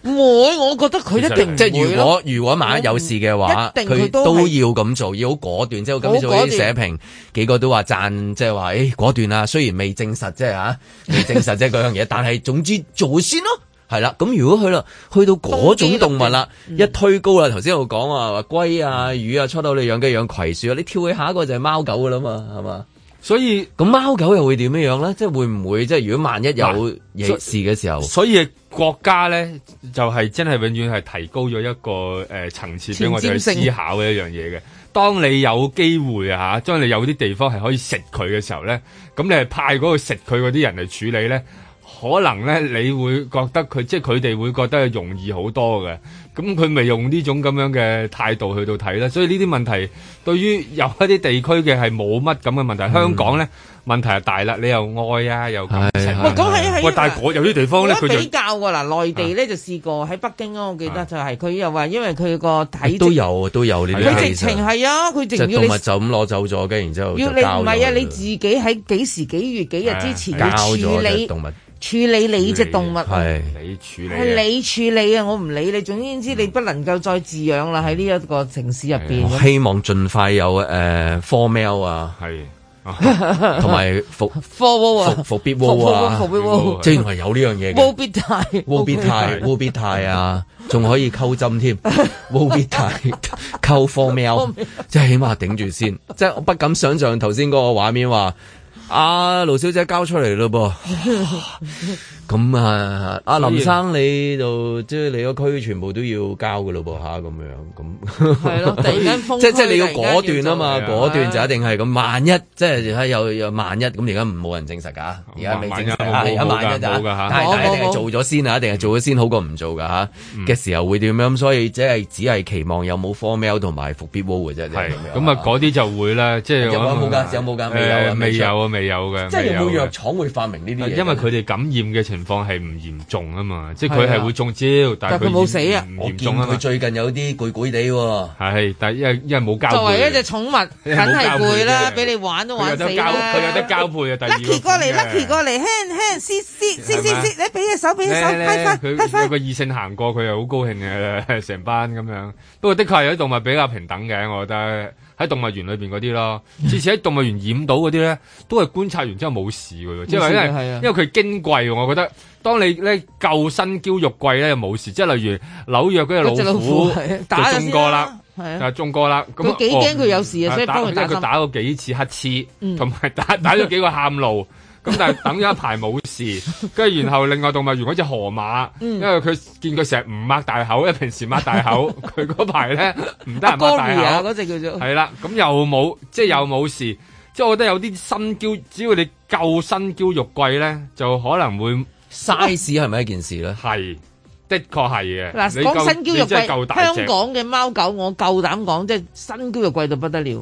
我我覺得佢一定即係係如果如果萬一有事嘅話，嗯一定佢佢都係都要咁做，要好果斷。即係我今朝好早果啲斷社評幾個都話讚，即係話誒果斷啊！雖然未證實即係 嚇，未證實即係嗰樣嘢，但係總之做先咯。係啦，咁如果去啦，去到嗰種動物啦，嗯一推高啦，頭先我講話話龜啊、魚啊，初到你養雞養葵樹啊，你跳去下一個就係貓狗噶啦嘛，係嘛？所以咁貓狗又會點樣樣咧？即係會唔會即係如果萬一有嗱嘢事嘅時候，所以國家咧就係、真係永遠係提高咗一個誒、呃、層次俾我哋去前瞻性思考嘅一樣嘢嘅。當你有機會啊嚇，當你有啲地方係可以食佢嘅時候咧，咁你係派嗰個食佢嗰啲人嚟處理咧，可能咧你會覺得佢即係佢哋會覺得容易好多嘅。咁佢咪用呢種咁樣嘅態度去到睇咧，所以呢啲問題對於有一啲地區嘅係冇乜咁嘅問題，香港咧問題係大啦，你又愛啊又感情係係啊，喂咁係係喂，但係嗰有啲地方冇咧得佢比就。較喎嗱，內地咧就試過喺北京啊，我記得就係佢又話因為佢個體積都有都有呢啲佢 case 直情係啊，佢直即情係要動你物就咁攞走咗，跟然之後要就你交唔係啊，咗你自己喺幾時幾月幾日之前啊交要處咗嘅理動物處理你只動物啊，係你處理啊係你處理啊，我唔理你。總言之，嗯你不能夠再飼養啦喺呢一個城市入邊。我希望盡快有誒 four mail 啊，係同埋 伏科窩伏啊，伏必窩科啊，必窩，即係原來有呢樣嘢窩嘅。必泰， 烏必泰、烏必泰啊，仲可以溝針添，烏必泰溝 four mail，即係起碼頂住先。即係我不敢想象頭先嗰個畫面話，阿盧小姐交出嚟咯噃，咁啊，阿林生你就即係你個區全部都要交嘅咯噃吓，咁樣咁。係咯，突然間封 即區，即係你要果斷啊突嘛，然間要做果斷就一定係咁。啊萬一即係而家有有萬一咁，而家唔冇人證實㗎，而家未證實啊，哦萬一而家冇萬一冇㗎嗯啊嚇但係冇但係一定冇係做咗先啊，一定係做咗先好過唔做㗎嚇嘅時候會點樣？咁所以即係只係期望有冇 formal 同埋復必 wall 嘅啫，即係係樣咁啊，嗰啲就會啦，即係有冇我冇㗎有冇㗎誒未有啊未有啊，未有嘅，即係有冇未嘅藥廠會發明呢啲嘢㗎？因為佢哋感染嘅情況係唔嚴重啊嘛，即係佢係係啊會中招，但但係佢冇死啊唔我嚴見重啊佢嘛。最近有啲攰攰地喎。係，但係因為因為冇交配，作為一隻 寵物，因為梗冇交係配攰啦，啫俾你玩都佢有玩死得交，啦。佢有得交配啊！第二 Lucky 過嚟，Lucky 過嚟，嚟，輕輕撕撕撕撕係咪撕，你俾隻手，俾隻手，咧揮咧揮揮佢有揮。個異性行過，佢又好高興嘅，成班咁樣。不過的確係有啲動物比較平等嘅，我覺得喺動物園裏邊嗰啲咯，次次喺動物園染到嗰啲咧，都係觀察完之後冇事嘅喎，即係話因為冇事嘅係啊因為佢矜貴喎，我覺得。當你咧夠身嬌肉貴咧，冇事。即係例如紐約嗰嗰隻只老老虎虎係啊打咗就中先過啦啦，，係啊，就中過啦。咁哦嗯佢幾驚佢有事啊，所以幫佢打打佢針。打過幾次乞嗤，嗯同埋打 打咗幾個喊路。咁 但係等咗一排冇事，跟住然後另外動物園嗰只河馬，嗯因為佢見佢成日唔擘大口，因為平時擘 大口，佢嗰排咧唔得人擘大口 Gory 啊，。嗰隻叫做係啦，咁又冇，即係又冇事，即係我覺得有啲身嬌，只要你夠身嬌肉貴咧，就可能會 size 係咪一件事咧？係，的確係嘅。嗱，你夠講身嬌肉你真係夠貴，大香隻，港嘅貓狗，我夠膽講，即係身嬌肉貴到不得了。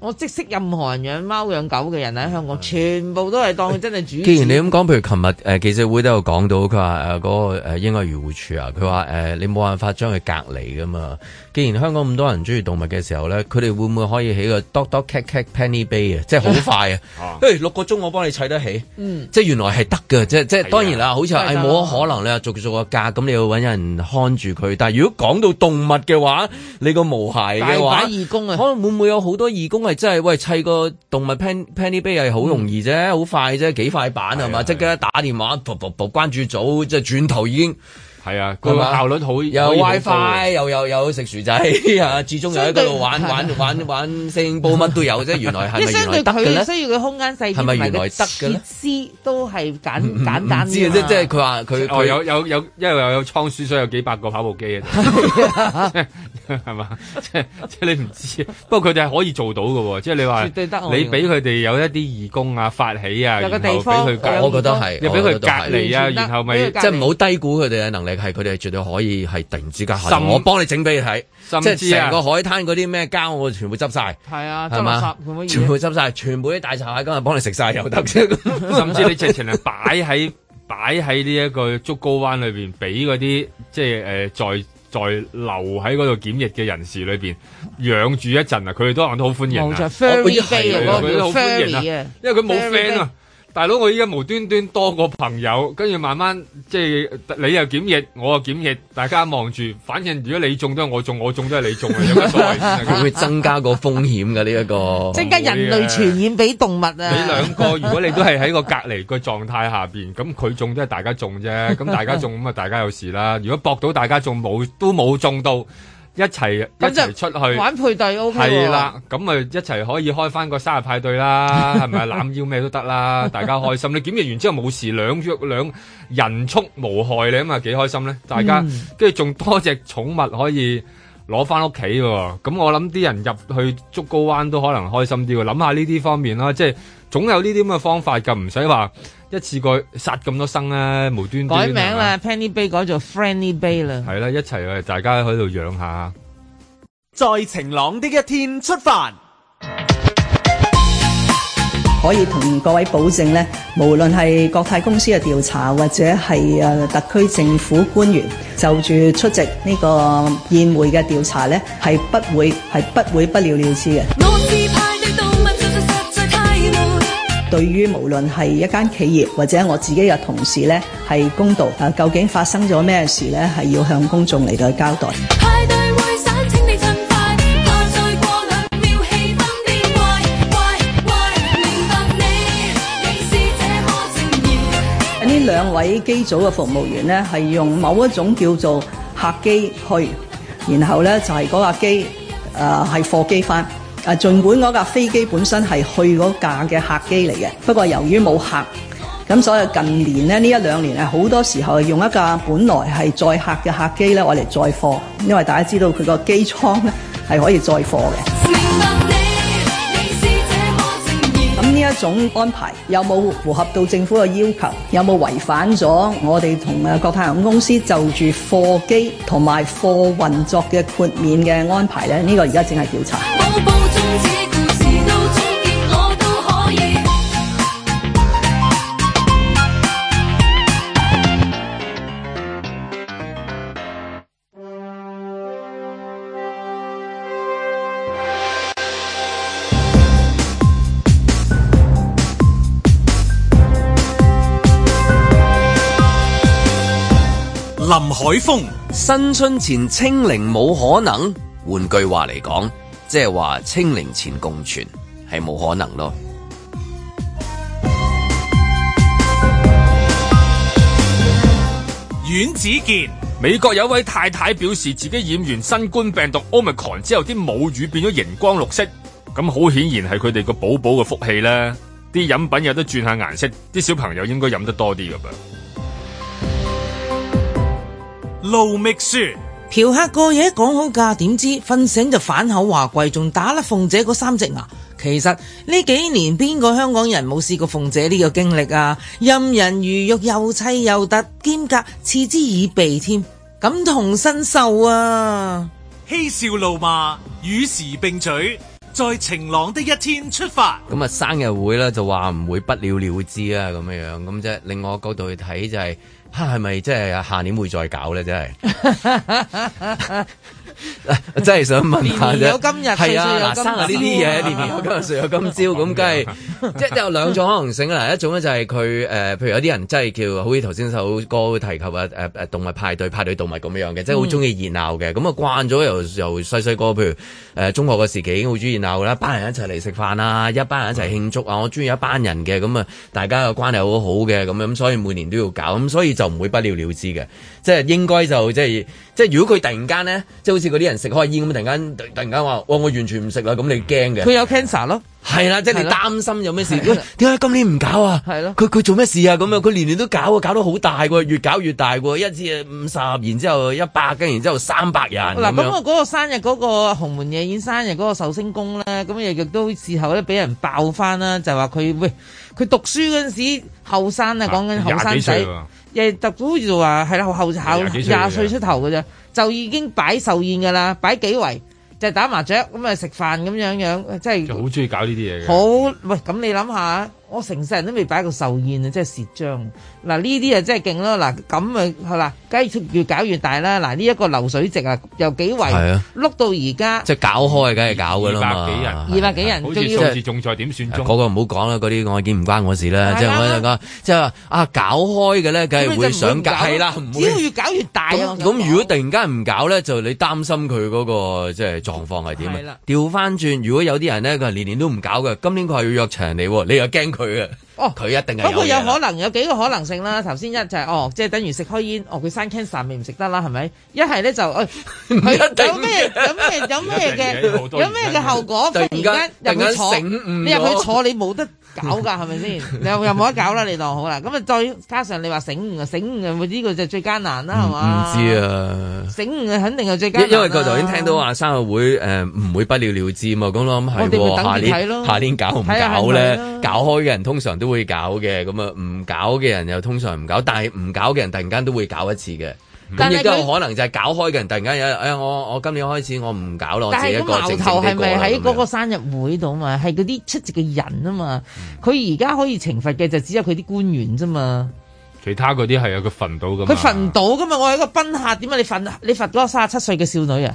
我即識任何人養貓養狗嘅人喺香港，全部都係當佢真係主子。啊既然你咁講，譬如琴日誒記者會都有講到，佢話誒嗰個誒應該係漁護署啊，佢話誒你冇辦法將佢隔離噶嘛。既然香港咁多人中意動物嘅時候咧，佢哋會唔會可以起個 dog dog cat cat penny bay 啊？即係 好快啊！誒六個鐘我幫你砌得起，嗯即係原來係得嘅，即係即係啊當然啦，好似係係㗎冇可能你話逐做個價，咁你要揾人看住佢。但係如果講到動物嘅話，你個毛孩大嘅話把。義工可啊！能會唔會有好多義工係真係喂砌個動物 pen penny bay 係好容易啫，好快啫，幾塊板係嘛？即刻打電話，噗噗噗關注組，即係轉頭已經係啊，係個嘛效率好有可以好高 WiFi，又有有食薯仔 啊，始終又喺嗰度玩相玩玩玩聲煲，乜都有啫。原來係 即係咪相原對來得嘅咧佢？需要佢空間細啲，係同咪埋原來個得嘅咧設施都係簡唔唔簡單唔知啊，啲啊即嘛即係佢話佢哦，佢有有有，因為有倉鼠，所以有幾百個跑步機啊， 係嘛？即係即係你唔知，不過佢哋係可以做到嘅喎，即係你話絕對得我認為你俾佢哋有一啲義工啊、發起啊，有然後個俾地方佢有隔，我覺得係，你俾我佢覺得係隔離啊，完全得然後咪俾佢隔離即係唔好低估佢哋嘅能力，係佢哋係絕對可以係突然之間係甚我幫你整俾你睇，甚即係至啊成個海灘嗰啲咩膠我全部執晒。係啊，執係垃嘛圾咁？全乜部嘢？執晒，全部啲大閘蟹今日幫你食晒又得 啫。甚至你直情係擺喺擺喺呢一個竹篙灣裏邊，俾嗰啲即係誒在在留喺嗰度檢疫嘅人士裏邊養住一陣啊，佢哋都話都好歡迎冇啊就。哦咦 furry 係 bay 啊啊，嗰佢個都叫好歡迎啊 furry 啊，因為佢冇 Very friend 啊。大佬，我依家無端端多個朋友，跟住慢慢即係你又檢疫，我又檢疫，大家望住，反正如果你中都係我中，我中都係你中啊，有乜所謂 先啊會唔會增加個風險嘅呢一個？即係人類傳染俾動物啊！你兩個如果你都係喺個隔離個狀態下邊，咁佢中都係大家中啫，咁大家中咁啊大家有事啦。如果搏到大家中冇都冇中到，一齊一咁就齊出去。玩配對 O K 係，哦啦，咁咪一齊可以開翻個生日派對 啦，係咪啊攬腰咩都得啦，大家開心。你檢疫完之後冇事，兩約兩人畜無害你啊嘛，幾開心咧！大家嗯跟住仲多隻寵物可以攞翻屋企喎。咁我諗啲人入去竹篙灣都可能開心啲喎。諗下呢啲方面啦，即係總有呢啲咁嘅方法㗎，唔使話一次過殺咁多生咧，無端端啊改名。啦，Penny Bay 改做 Friendly Bay 啦。係啦，一齊啊大家喺度養下。在晴朗的一天出發。可以同各位保證咧，無論係國泰公司嘅調查或者係誒特區政府官員就住出席呢個宴會嘅調查咧，係不會係不會不了了之嘅。我是派對動物，就算實在太悶。對於無論係一間企業或者我自己嘅同事咧，係公道誒，究竟發生咗咩事咧，係要向公眾嚟到去交代。派對會散，請你盡快，怕再過兩秒氣氛變壞壞壞。明白你，你是這麼正義。呢兩位機組嘅服務員呢，係用某一種叫做客機去，然後呢就係嗰架機誒係貨機翻。誒，儘管嗰架飛機本身係去嗰架嘅客機嚟嘅，不過由於冇客，咁所以近年咧呢一兩年係好多時候係用一架本來係載客嘅客機咧，我嚟載貨，因為大家知道佢個機艙咧係可以載貨嘅。咁呢一種安排有冇符合到政府嘅要求？有冇違反咗我哋同誒國泰航空公司就住貨機同埋貨運作嘅豁免嘅安排咧？呢、個而家正係調查。林海峰，新春前清零冇可能。換句話嚟講，即係話清零前共存係冇可能咯。阮子健，美國有位太太表示自己染完新冠病毒 Omicron 之後，啲母乳變咗熒光綠色，咁好顯然係佢哋個寶寶嘅福氣啦。啲飲品有得轉下顏色，啲小朋友應該飲得多啲咁樣。路觅雪，嫖客過夜講好價，點知瞓醒就反口話貴，仲打甩鳳姐嗰三隻牙。其實呢幾年邊個香港人冇試過鳳姐呢個經歷啊？任人魚肉又砌又突，兼夾嗤之以鼻添，感同身受啊！嬉笑怒罵，與時並舉，在晴朗的一天出發。咁啊生日會咧就話唔會不了了之啊咁樣樣，咁即係另外一個角度去睇就係、吓係咪即係下年會再搞咧？真係， 真係想問下啫年年有今日歲歲係有啊，嗱，今生日呢啲嘢，朝啊年年有今日，歲有今朝，咁梗係即係有兩種可能性啦。一種咧就係佢誒，譬如有啲人真係叫，好似頭先首歌提及啊，誒誒動物派對、派對動物咁樣嘅，即係好中意熱鬧嘅。咁啊慣咗由由細細個，譬如誒中學嘅時期已經好中意熱鬧㗎啦，一班人一齊嚟食飯啊，一班人一齊慶祝啊，我中意一班人嘅，咁啊大家嘅關係好好嘅，咁樣咁所以每年都要搞，咁所以就唔會不了了之嘅，即係應該就即係即係如果佢突然間咧，即係好似嗰啲人食開煙咁，突然間突然間話，哇我完全唔食啦，咁你驚嘅。佢有 cancer 咯，係啦，即係你係啦擔心有咩事？係啦點解今年唔搞啊？係咯佢佢做咩事啊？咁樣佢年年都搞啊，搞到好大喎，越搞越大喎，一次五十，然之後一百，跟然之後三百啊人咁嗱，咁我樣。嗰個生日嗰、個紅門夜宴生日嗰個壽星公咧，咁啊亦亦都事後咧俾人爆翻啦，就話佢喂佢讀書嗰陣時後生啊，講緊後廿幾生歲仔，喎，誒特好似話係啦，後後後廿幾歲廿歲出頭嘅啫，就已經擺壽宴㗎啦，擺幾圍就係打麻雀咁啊食飯咁樣樣，即就係好中意搞呢啲嘢嘅。好喂，咁你諗下，我成世人都未擺過壽宴啊，真係蝕張。嗱呢啲啊真係勁啦，嗱咁啊係啦，梗係越搞越大啦。嗱呢一個流水席啊，由幾係圍啊碌到而家即係搞開，梗係搞噶啦嘛。二二百幾人，啊好仲似要數字仲裁點算中？嗰個唔好講啦，嗰啲案件唔關我事啦。係即係啦我就講，即係話啊，搞開嘅咧，梗係會想搞，係啦，唔只要會。越搞越大啊！咁我想咁，如果講突然間唔搞咧，就你擔心佢嗰個即係狀況係點係啊啦？調翻轉，如果有啲人咧，佢係年年都唔搞嘅，今年佢係要約場你喎，你又驚佢啊？哦佢一定係不過有嘢啦啊可能有幾個可能性啦。頭先一就係、哦，即係等於食開煙，哦佢生 cancer 咪唔食得啦，係咪？一係咧就 誒，佢、一定有 咩有咩有咩嘅一定嘅好多有咩嘅後果？突然忽然間間突入然去間坐，醒悟咗你入去坐你冇得搞㗎，係 咪先？你又又冇得搞啦，你當好啦。咁啊，再加上你話醒悟啊，醒悟啊，呢、個就最艱難啦，係唔嘛？知，啊。醒悟啊肯定係最艱難因啦。因為佢頭先聽到話生日會誒唔會不了了之嘛，咁我諗係我哋咪喎等下住睇年 咯下年搞唔睇下係搞咪咧啦？搞開嘅人通常都會搞嘅，咁啊唔搞嘅人又通常唔搞，但係唔搞嘅人突然間都會搞一次嘅。但咁係亦都有佢可能就係搞開嘅人突然間有，哎呀我我今年開始我唔搞哦咯，我但自己一係個個矛靜靜頭地係過咪啦喺嗰個咁樣生日會度嘛？係嗰啲出席嘅人啊嘛，佢而家可以懲罰嘅就只有佢啲官員啫嘛，其他嗰啲係有佢瞓到咁。佢罰唔到噶嘛。我係一個賓客，點解你罰啊你罰嗰個三十七歲嘅少女啊？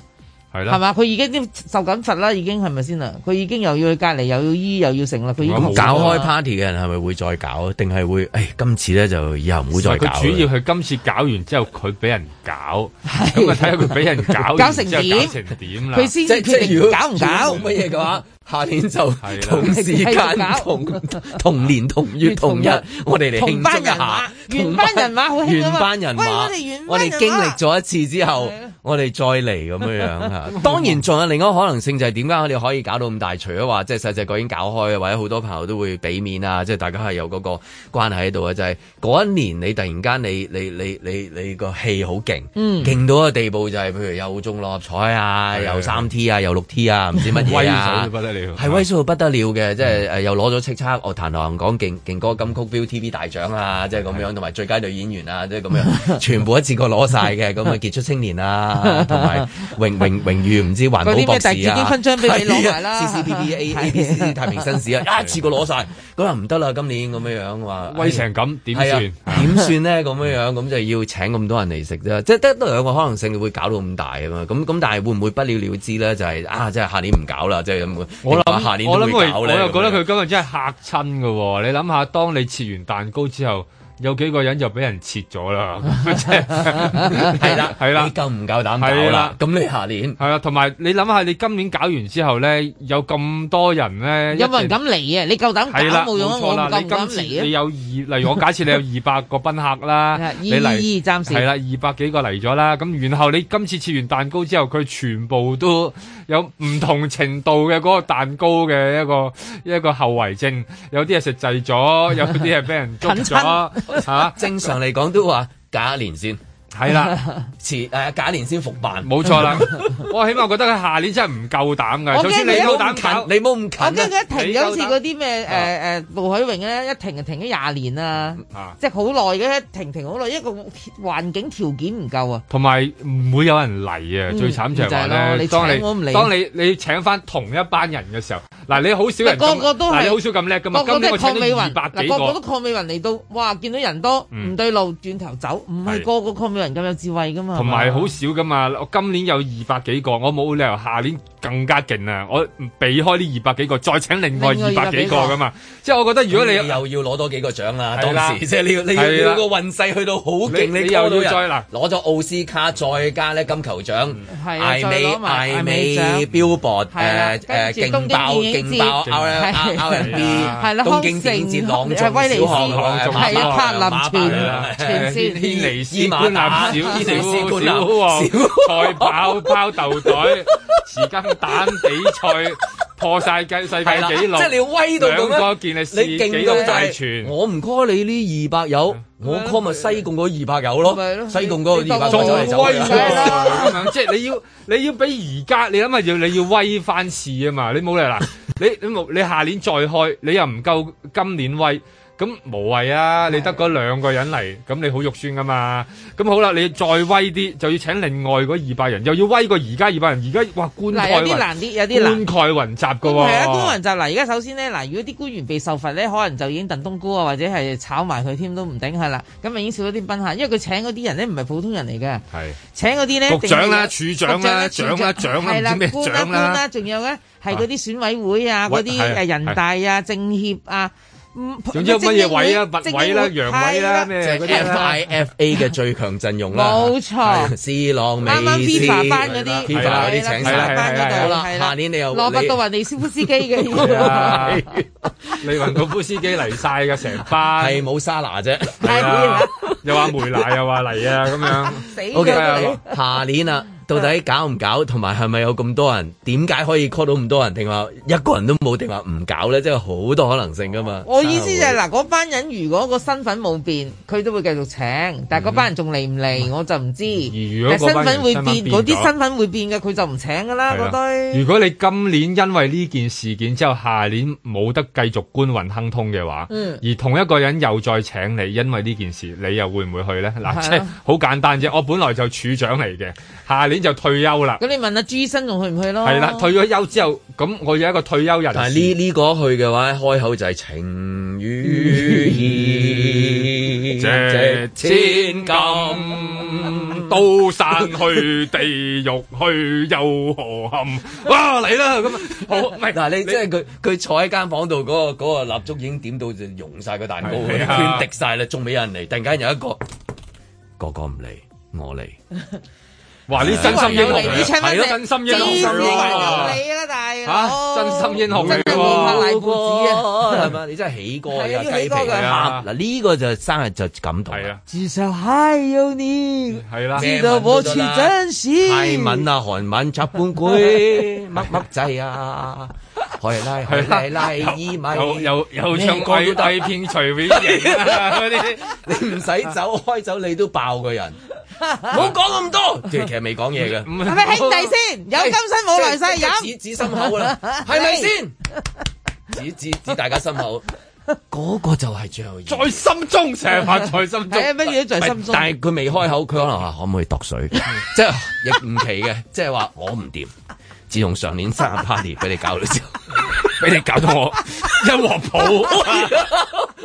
係係啦。嘛？佢已經受緊罰啦，已經係咪先啊？佢已經又要去隔離，又要醫，又要成啦。佢已經咁學搞咗開啦 party 嘅人係咪會再搞，定係會誒今次咧就以後唔會再搞啦？佢主要係今次搞完之後，佢俾人搞，咁啊睇下佢俾人搞完之後搞成點搞成點啦。佢先即決即定如果搞唔如果冇搞。乜嘢嘅話，下年就係啦同時間同同年同月同日，我哋嚟慶祝一下。同班人馬同原班人原班人馬好興啊嘛馬喂我哋原班人馬我哋經歷咗一次之後，啊我哋再嚟咁樣樣 嚇。當然仲有另一個可能性就係點解我哋可以搞到咁大？除咗話即係細細個已經搞開，或者好多朋友都會俾面啊，即係大家係有嗰個關係喺度啊。就係、嗰一年你突然間你你你你你個戲好勁，嗯勁到一個地步就係、譬如又中六合彩啊，係又三 T 啊，又六 T 啊，唔知乜哎威嘢水啊到。不得了，係威水到不得了嘅，即嗯係誒又攞咗叱咤樂壇流行港勁勁歌金曲 ViuTV 大獎啊，即係咁樣，同埋最佳女演員啊，即係咁樣，全部一次過攞晒嘅， 咁啊傑出青年啊，同埋榮榮榮譽唔知環保嗰啲咩博士特啊，紫荊勳章俾你攞埋啦 c c p p A A B C C 太平紳士啊，一次過攞晒，咁啊唔得啦，今年咁樣樣話，威成咁點係算？啊？點算咧？咁樣樣咁就要請咁多人嚟食啫，即係得得兩個可能性會搞到咁大啊嘛。咁咁，但係會唔會不了了之咧？就係、啊，即係下年唔搞啦，即係咁。我定話諗下年我都諗會佢，搞我咧。又覺得咁樣佢今日真係嚇親嘅喎。你諗下，當你切完蛋糕之後，有幾個人就俾人切咗啦，即係 係啦，係啦你夠唔夠膽搞係啦啦？咁你下年係啦。同埋你諗下，你今年搞完之後咧，有咁多人咧，一有冇人定敢嚟啊？你夠膽係啦，搞冇用啊！我錯唔啦。夠你膽今次你嚟啊！有二，例如我假設你有二百個賓客啦， 係啊你嚟二二二暫時係啦，二百幾個嚟咗啦。咁然後你今次切完蛋糕之後，佢全部都有唔同程度嘅嗰個蛋糕嘅一個一個後遺症，有啲係食滯咗，有啲係俾人捉近咗嚇，正常嚟講都話假一年先，係啦。遲誒假一年先復辦。冇錯啦，我起碼覺得佢下年真係唔夠膽㗎。我首驚先你你夠冇膽搞，近，你冇我咁近驚啊！佢一停你就好似夠膽嗰啲咩誒誒杜海榮咧，一停就停咗廿年啊，啊即係好耐嘅，一停停好耐，因為個環境條件唔夠啊。同埋唔會有人嚟啊！嗯最慘就係話咧，就係咯你當請我唔你嚟當你你請翻同一班人嘅時候，嗱你好少人個咁，個都係嗱你好少咁叻噶嘛。個個今都年係我請抗美咗雲，二百嗱幾個個個都，抗美雲嚟到，哇！見到人多嗯唔對路，轉頭走，唔係係個個抗美雲咁有智慧噶嘛。同埋係嘛好少噶嘛。我今年有二百幾個，我冇理由下年更加勁啊！我避開呢二百幾個，再請另外另外二百幾個200噶嘛。即係我覺得如果你咁又要攞多幾個獎啦， 係啦當時即係你要你要係你啦要個運勢去到好勁，你你又你要又要再再嗱嗱攞咗奧斯卡，再加咧金球獎，係啊艾再美攞埋艾艾美美獎 Billboard 係啦誒誒跟住勁爆東京電影勁爆節 R 係 R&B 啊係啦東京電影節朗康城誦威尼斯小學係啊柏林係團啦全線軒尼斯伊馬官立啊 達小伊尼斯小官立啊小王小菜包包豆袋匙羹蛋比賽破晒計世界係啦，紀錄，即係你要威到咁兩樣個。健力士你勁紀到錄就大係全。我唔 call 你呢二百友，我 call 咪西貢嗰二百友咯咪係，咯西貢嗰個二百你友走當嚟我走去威啊咗係啦咁樣，即係你要你要俾而家，你諗下要你要威翻市啊嘛，你冇理由嗱，你你冇你下年再開，你又唔夠今年威。咁無謂啊！你得嗰兩個人嚟，咁你好肉酸噶嘛？咁好啦，你再威啲，就要請另外嗰二百人，又要威過而家二百人。而家哇，官嗱，蓋有啲雲難啲，有啲難。官蓋雲集噶喎，係啊，官員就嗱，而家首先咧，嗱，如果啲官員被受罰咧，可能就已經燉冬菇啊，或者係炒埋佢添都唔頂係啦。咁咪已經少咗啲賓客，因為佢請嗰啲人咧唔係普通人嚟嘅，係請嗰啲咧局長啦一定處長啦局長啦長啦係唔知咩官啦長啦啊官啦，仲有咧係嗰啲選委會啊，嗰喂啲係誒人大啊、政協啊，嗯總之有乜嘢位啊，物位啦、政協陽位啦，係咩即係嗰啲 F 啦 I F A 嘅最強陣容啦，冇錯。斯朗美啱啱斯 FIFA 班嗰啲 FIFA 係啦嗰啲請係啦晒係。班係嗰好度啦，係下啦，年你又羅伯你到雲尼斯夫斯 基嘅係要。啊，利雲道夫斯基嚟晒㗎成班，係冇沙拿啫。係啊，又話梅娜又話嚟啊咁樣，死 O 咗 K，啦你下年啊，到底搞唔搞，同埋係咪有咁多人？點解可以 call 到咁多人？定話一個人都冇，定話唔搞咧？即係好多可能性噶嘛。我意思就係嗱，嗰班人如果個身份冇變，佢都會繼續請，但係嗰班人仲嚟唔嚟，我就唔知。嗯如果但嗰身班人份會變，身份變咗嗰啲身份會變嘅，佢就唔請噶啦，係嗰啦堆如。果你今年因為呢件事件之後，下年冇得繼續官運亨通嘅話，嗯而同一個人又再請你，因為呢件事，你又會唔會去咧？係嗱，啊 即係好簡單啫。我本來就處長嚟嘅，下年就退休啦，咁你問阿朱醫生仲去唔去咯？係啦，退咗休之後，咁我有一個退休人但係士啊呢呢個去嘅話，開口就係情與 義，借千金刀山去地獄去又 何憾？哇嚟啦咁啊好唔 係嗱，你即係佢佢坐喺間房度嗰個嗰個蠟燭已經點到就溶晒個蛋糕，係啊圈滴晒啦，仲未有人嚟，突然間有一個個個唔嚟，我嚟。哇！呢真心英雄嚟嘅，係咯，真心英英雄嚟啊喎你啦，大佬嚇，啊真心英雄嚟真係冇乜喎。禮父子啊哦係咪？你真係起歌你係啊有要雞起皮歌㗎啊！嗱呢個就生日就感動係啊，至少還有你，係啦，咩知道我去珍泰惜。文啊、韓文、插半句、乜乜仔啊，係啦係啦係啦，依米有有有咩唱歌鬼都得低片隨便型啊嗰啲。你唔使走開走你都爆個人，唔好講咁多，即係其實未講嘢嘅。係咪兄弟先？有今生冇來世，指飲指心口啦，係咪先？指指指大家心口，嗰個就係最後在心中成日發在心中係。啊，乜嘢都在心中。但係佢未開口，佢可能話可唔可以度 水，即係亦唔奇嘅，即係話我唔掂。自從上年生日 party 俾你搞咗 之後，俾你搞到我一鑊泡，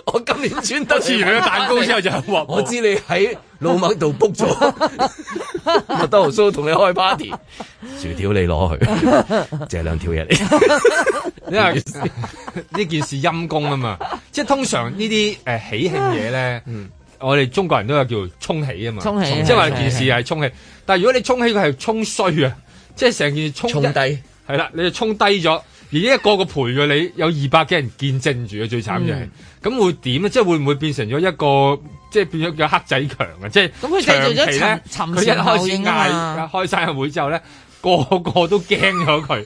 我今年專登切完個蛋糕之後就一鑊我知你喺老麥度 book 咗麥當勞蘇同你開 party，薯條你攞去，借兩條嘢你。因為呢件事陰公啊嘛，即係通常呢啲誒喜慶嘢咧，我哋中國人都有叫沖喜啊嘛，嗯沖喜即係話係件事係沖喜，但係如果你沖喜佢係沖衰啊，即係成件事沖衝低。係啦，你就沖低咗，而家個個陪咗你，有二百幾人見證住嘅，啊最慘就嗯係咁會點咧？即係會唔會變成咗一個即係變咗叫黑仔強啊？即係咁佢製造咗長期呢沉佢沉一船效開始應啊嗌嘛開生日會之後咧，個個都驚咗佢，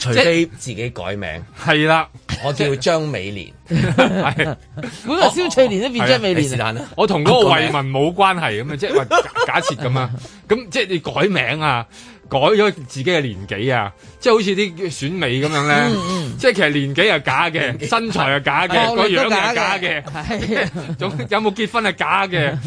除非自己改名，係 啦，我叫張美蓮，係本來蕭翠蓮都變咗美你是蓮啦，但啦。我同嗰個惠民冇關係咁啊，即 係話假假設咁啊，咁即係你改名啊，改咗自己嘅年紀啊，即係好似啲選美咁樣咧，即係其實年紀係假嘅，身材係假嘅，學個歷樣都係假哦假嘅嘅。 總有冇結婚係假嘅，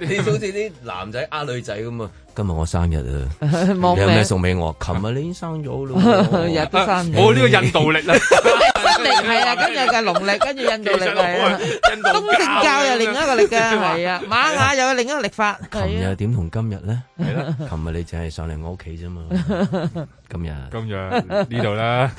你好似啲男仔呃女仔咁啊！今日我生日啊，係 望你有咩命送俾我？琴日你已經生咗 咯，日都生冇呢個印 度力啦，新曆係 啦，跟住就係農曆，跟住印度曆係啦，印度東正教又另一個曆嘅，係啊，瑪雅又有另一個曆法，琴係啊日。點同今日咧？ 琴日你淨係上嚟我屋企 啫嘛，今日咁樣呢度啦。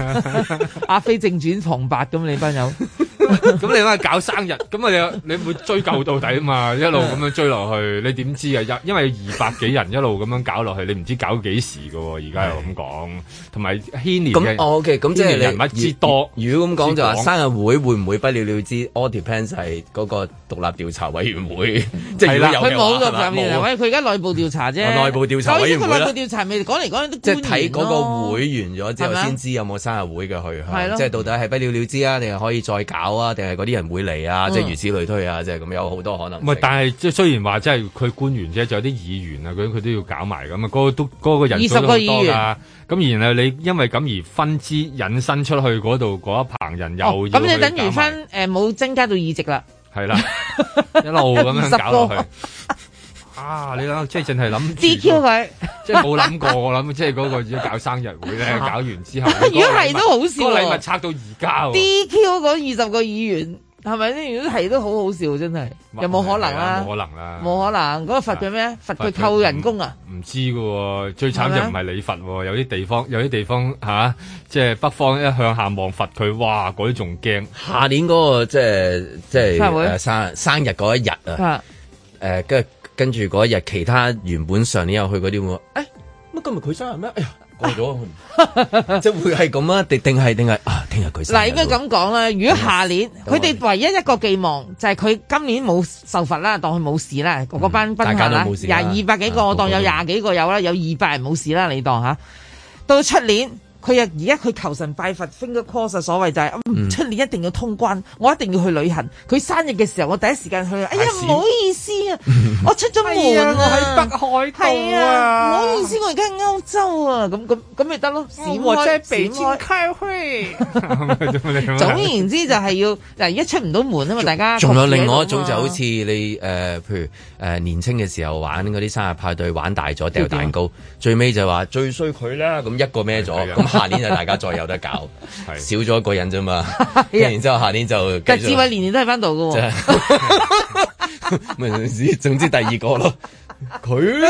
阿飛正傳旁白咁，你班 友咁你話搞生日，咁啊 你你會追究到底啊嘛，一嗯路咁樣追落去，你點知啊？因因為二百幾人一路咁樣搞落去，你唔知搞幾時㗎喎。而家又咁講，同埋牽連咁嘅哦 OK，咁即係呢啲人物你之多如如果咁講就話之廣生日會會唔會不了了之？All depends 係嗰個獨立調查委員 會，即係係如啦果有嘅話佢冇個係嘛上冇面啊喂，佢而家內部調查啫，哦內部調查委員會啦內部調查咪講嚟講去即都係睇嗰個個會完咗之後係咪啊先知有冇生日會嘅去係向，咯即係到底係不了了之啊，定係可以再搞啊，定係嗰啲人會嚟啊，即係如此類推啊，即係咁有好多可能唔性係，。但係即係雖然話即係佢官員啫，仲有啲議員啊，佢佢都要搞埋咁啊，嗰、個都嗰、個人數都好多20個議㗎。咁然後你因為咁而分支引申出去嗰度嗰一棚人又要哦咁去你等於搞埋翻誒冇增加到議席啦，係啦，一 路咁樣搞落20去。啊！你諗即係淨係諗住 DQ 佢。即係冇諗過，我諗即係嗰個要搞生日會 咧，搞完之後，如果係都好笑嗰個禮物喎拆到而家喎， DQ 嗰二十個議員係咪呢？如果係都好好笑，真係有冇可能啊冇？可能啦，冇可啊能，嗰個罰佢咩？罰佢扣人工啊！唔知㗎喎，最慘就係唔咪係你罰喎，有啲地方有啲地方吓、即係北方一向下望罰佢，哇！嗰啲 仲驚，下年嗰個即係即係生日會誒生生日嗰一日啊，啊，誒跟跟住嗰一日，其他原本上年有去嗰啲會話，誒乜今日佢生日咩？哎呀過咗啊，即係會係咁啊？定定係定係啊？聽日佢生日嗱應該咁講啦。如果下年咁我佢哋哋唯一一個寄望就係佢今年冇受罰啦，當佢冇事啦，嗰班賓嗯客大家啦都冇，事啦廿二百幾啊個，我當有個個都廿幾個有啦，有二百人冇事啦，你當吓。到出年。佢又而家佢求神拜佛，finger cross 啊所謂就係、嗯出年一定要通關，我一定要去旅行。佢生日嘅時候，我第一時間去，哎呀閃唔好意思 啊，我出咗門啊，我喺係啊，唔好意思，我而家喺歐洲啊，咁咁咁咪得咯，哦閃開閃開。開會， 咁總言之就係要 嗱，而家出唔到門啊嘛，大家仲有另外一種種就好似你誒、呃譬如誒、呃年青嘅時候玩嗰啲生日派對，玩大咗掉蛋糕，最尾就話最衰佢啦，咁一個孭咗，係啊咁下年就大家再有得搞，係少咗一個人啫嘛，跟然之後下年就繼但智續慧年年都喺翻度嘅喎，咪總之總之第二個咯，佢啦。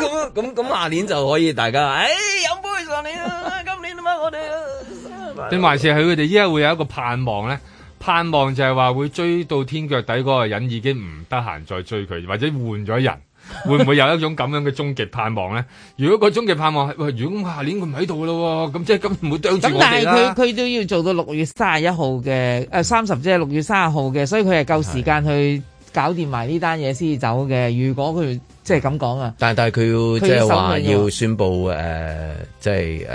咁啊咁咁，下年就可以大家，誒、哎飲杯上年啦，今年啊嘛，我哋定還是係佢哋依家會有一個盼望咧？盼 望就係話會追到天腳底嗰個人已經唔得閒再追佢，或者換咗人，會唔會有一種咁樣嘅終極盼望咧？如果個終極盼望係喂，如果咁下年佢唔喺度咯喎，咁即係今年唔會啄住咁我但係哋佢啦。佢都要做到六月三十一號嘅，誒三十即係六月三十號嘅，所以佢係夠時間去搞掂埋呢單嘢先至走嘅。如果佢即係咁講啊，但但係佢要佢即係要話手尾喎要宣布誒，即係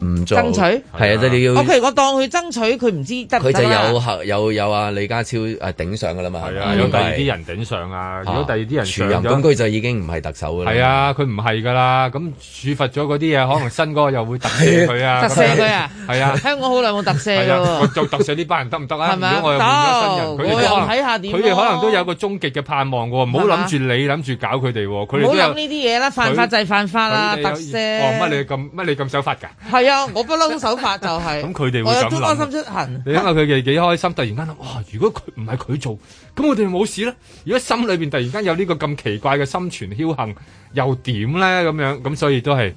誒唔做爭取係啊，即係你要。 OK，我當哦佢爭取，佢唔知得唔佢得就啦有合有有啊李家超誒頂上噶啦嘛，係啊，嗯有第二啲人頂上啊，如果第二啲人署上任，咁咗。佢就已經唔係特首噶啦。係，啊，佢唔係噶啦，咁處罰咗嗰啲嘢，可能新嗰個又會特赦佢啊， 特赦佢啊， 係啊，香港好耐冇特赦係啊，我喎。就特赦呢班人得唔得啊？係咪啊如果我又換咗新人，佢得哋我又可能睇下點佢哋可能咯都有個終極嘅盼望喎，唔好係嘛諗住你諗住搞佢哋喎，佢唔哋好都有諗呢啲嘢啦，犯法就係犯法啦，佢哋特有赦。哦，乜你咁乜你咁守法㗎？係啊，我不嬲手法就係。咁佢哋會我有咁都安心諗。啊出行。你諗下佢哋幾開心，突然間諗，哇！如果佢唔係佢做，咁我哋冇事啦。如果心裏邊突然間有呢個咁奇怪嘅心存僥倖，又點咧？咁樣咁，所以都係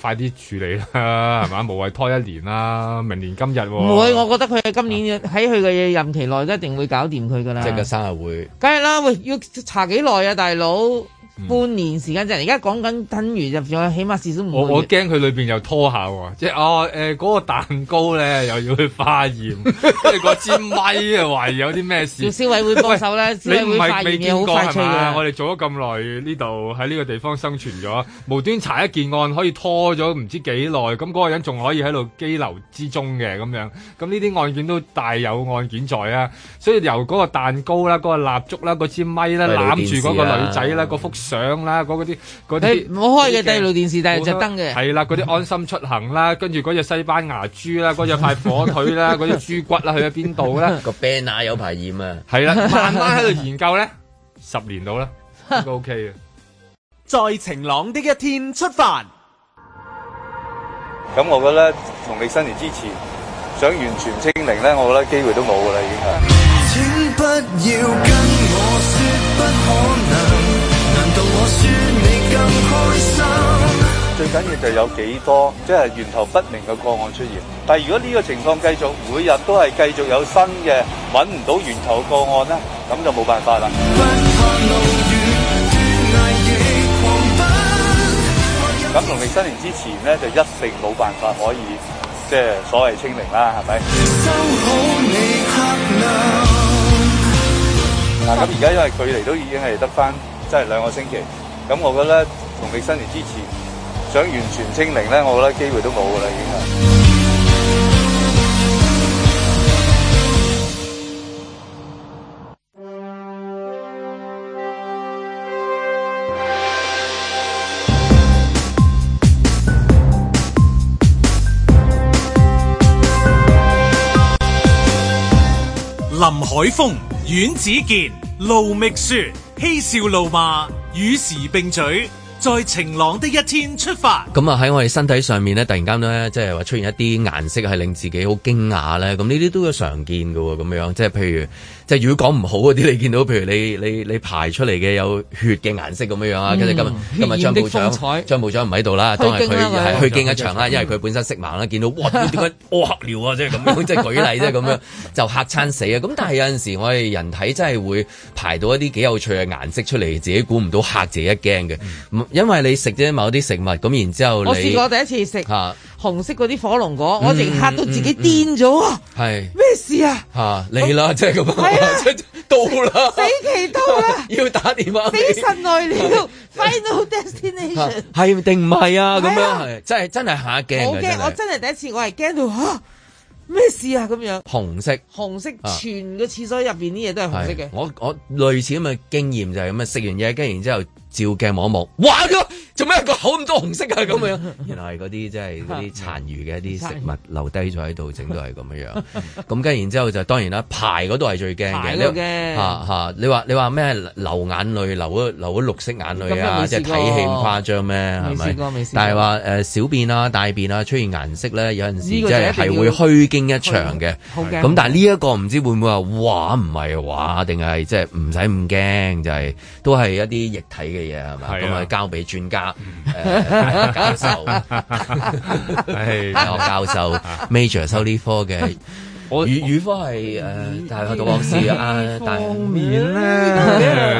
快啲處理啦，係嘛？無謂拖一年啦，明年今日哦喎唔會，我覺得佢今年喺佢嘅任期內都一定會搞掂佢噶啦。啊即係個生日會。梗係啦，喂，要查幾耐啊，大佬？嗯半年時間就而家講緊，等於入咗，起碼至少我五個我月。驚佢裏邊又拖下喎，即係哦誒嗰、個蛋糕咧又要去化驗，即係嗰支咪啊懷疑有啲咩事要。消委會幫 手咧，消你委唔會發係現未嘢見好過快係脆啊嘛？我嘅。哋做咗咁耐呢度喺呢個地方生存咗，無端查一件案可以拖咗唔知幾耐，咁嗰個人仲可以喺度羈留之中嘅咁樣，咁呢啲案件都大有案件在啊！所以由嗰個蛋糕啦、嗰、個蠟燭啦、嗰支咪啦、閉路攬電視住嗰個啊女仔啦、嗰幅相啦、嗰嗰啲嗰你啲唔好開嘅閉路電視，但係就燈嘅。係啦，嗰啲安心出行啦，跟住嗰隻西班牙豬啦，嗰隻塊火腿啦，嗰隻豬骨啦，去咗邊度啦？個 banner 有排染啊！係啦， 慢慢喺度研究咧，十年到啦，應該 OK 嘅。在晴朗的一天出發。咁我覺得農曆新年之前想完全清零咧，我覺得機會都冇噶啦，已經係。請不要跟我說不可能，難道我說你更開心？最緊要就有幾多即係源頭不明嘅個案出現。但係如果呢個情況繼續，每日都係繼續有新嘅揾唔到源頭個案咧，咁就冇辦法啦。咁農曆新年之前咧，就一定冇辦法可以即係所謂清零啦，係咪？收好你黑亮。嗱，咁而家因為距離都已經係得翻即係兩個星期，咁我覺得農曆新年之前想完全清零咧，我覺得機會都冇噶啦，已經係。林海峰、阮子健、盧覓雪，嬉笑怒罵，與時並舉，在晴朗的一天出發。咁啊喺我哋身體上面咧，突然間咧，即係話出現一啲顏色係令自己好驚訝咧。咁呢啲都有常見嘅喎，咁樣即係譬如，即係如果講唔好嗰啲，你見到譬如你你你排出嚟嘅有血嘅顏色咁樣樣啊，跟住今日嗯今日張部血染長的風采張部長唔喺度啦，當係虛佢驚啦係虛佢驚一場啦，因為佢本身色 盲啦，見到哇點解屙黑尿啊，即係咁樣，即係舉例即係咁樣就嚇餐死啊！咁但係有陣時我哋人體真係會排到一啲幾有趣嘅顏色出嚟，自己估唔到嚇自己一驚嘅，唔因為你食咗某啲食物咁，然之後你嗯我試過第一次食嚇紅色嗰啲火龍果，我直嗯情嚇到自己嗯嗯嗯癲咗啊！係咩事啊？嚇你啦，即係咁係 啊樣，即係到啦，！死期到啦 要打電話俾死神來了，Final 嚇 Destination。係定唔係啊？咁係樣啊係真係真係嚇一我驚嘅啊真驚，我係真係第一次，我係驚到吓咩事啊咁樣。紅色。紅色啊全個廁所入邊啲嘢都係紅色係嘅，我我類似咁嘅經驗就係咁啊，食完嘢跟住然之後照鏡望一望，哇！咁做咩個口咁多紅色啊？咁 樣，原來係嗰啲即係嗰啲殘餘嘅一啲食物留低咗喺度，整到係咁樣 樣。咁跟住然之後就當然啦，排嗰度係最驚嘅。排你嗰話度驚嚇嚇你話你話咩流眼淚，流咗流咗綠色眼淚咁啊，又未即係試過睇戲咁誇張咩？係未咪試過未試過？但係話誒小便啊、大便啊出現顏色咧，有陣時呢即個就係一定係要會虛驚一場嘅。好驚。咁但係呢一個唔知會唔會話哇唔係哇定係即係唔使咁驚，就係都係一啲液體嘅嘢係嘛？係啊咁啊交俾專 家誒教授、大學唉，教授 major 修呢科嘅我呃 語語科係誒大學讀學士啊，但面咧，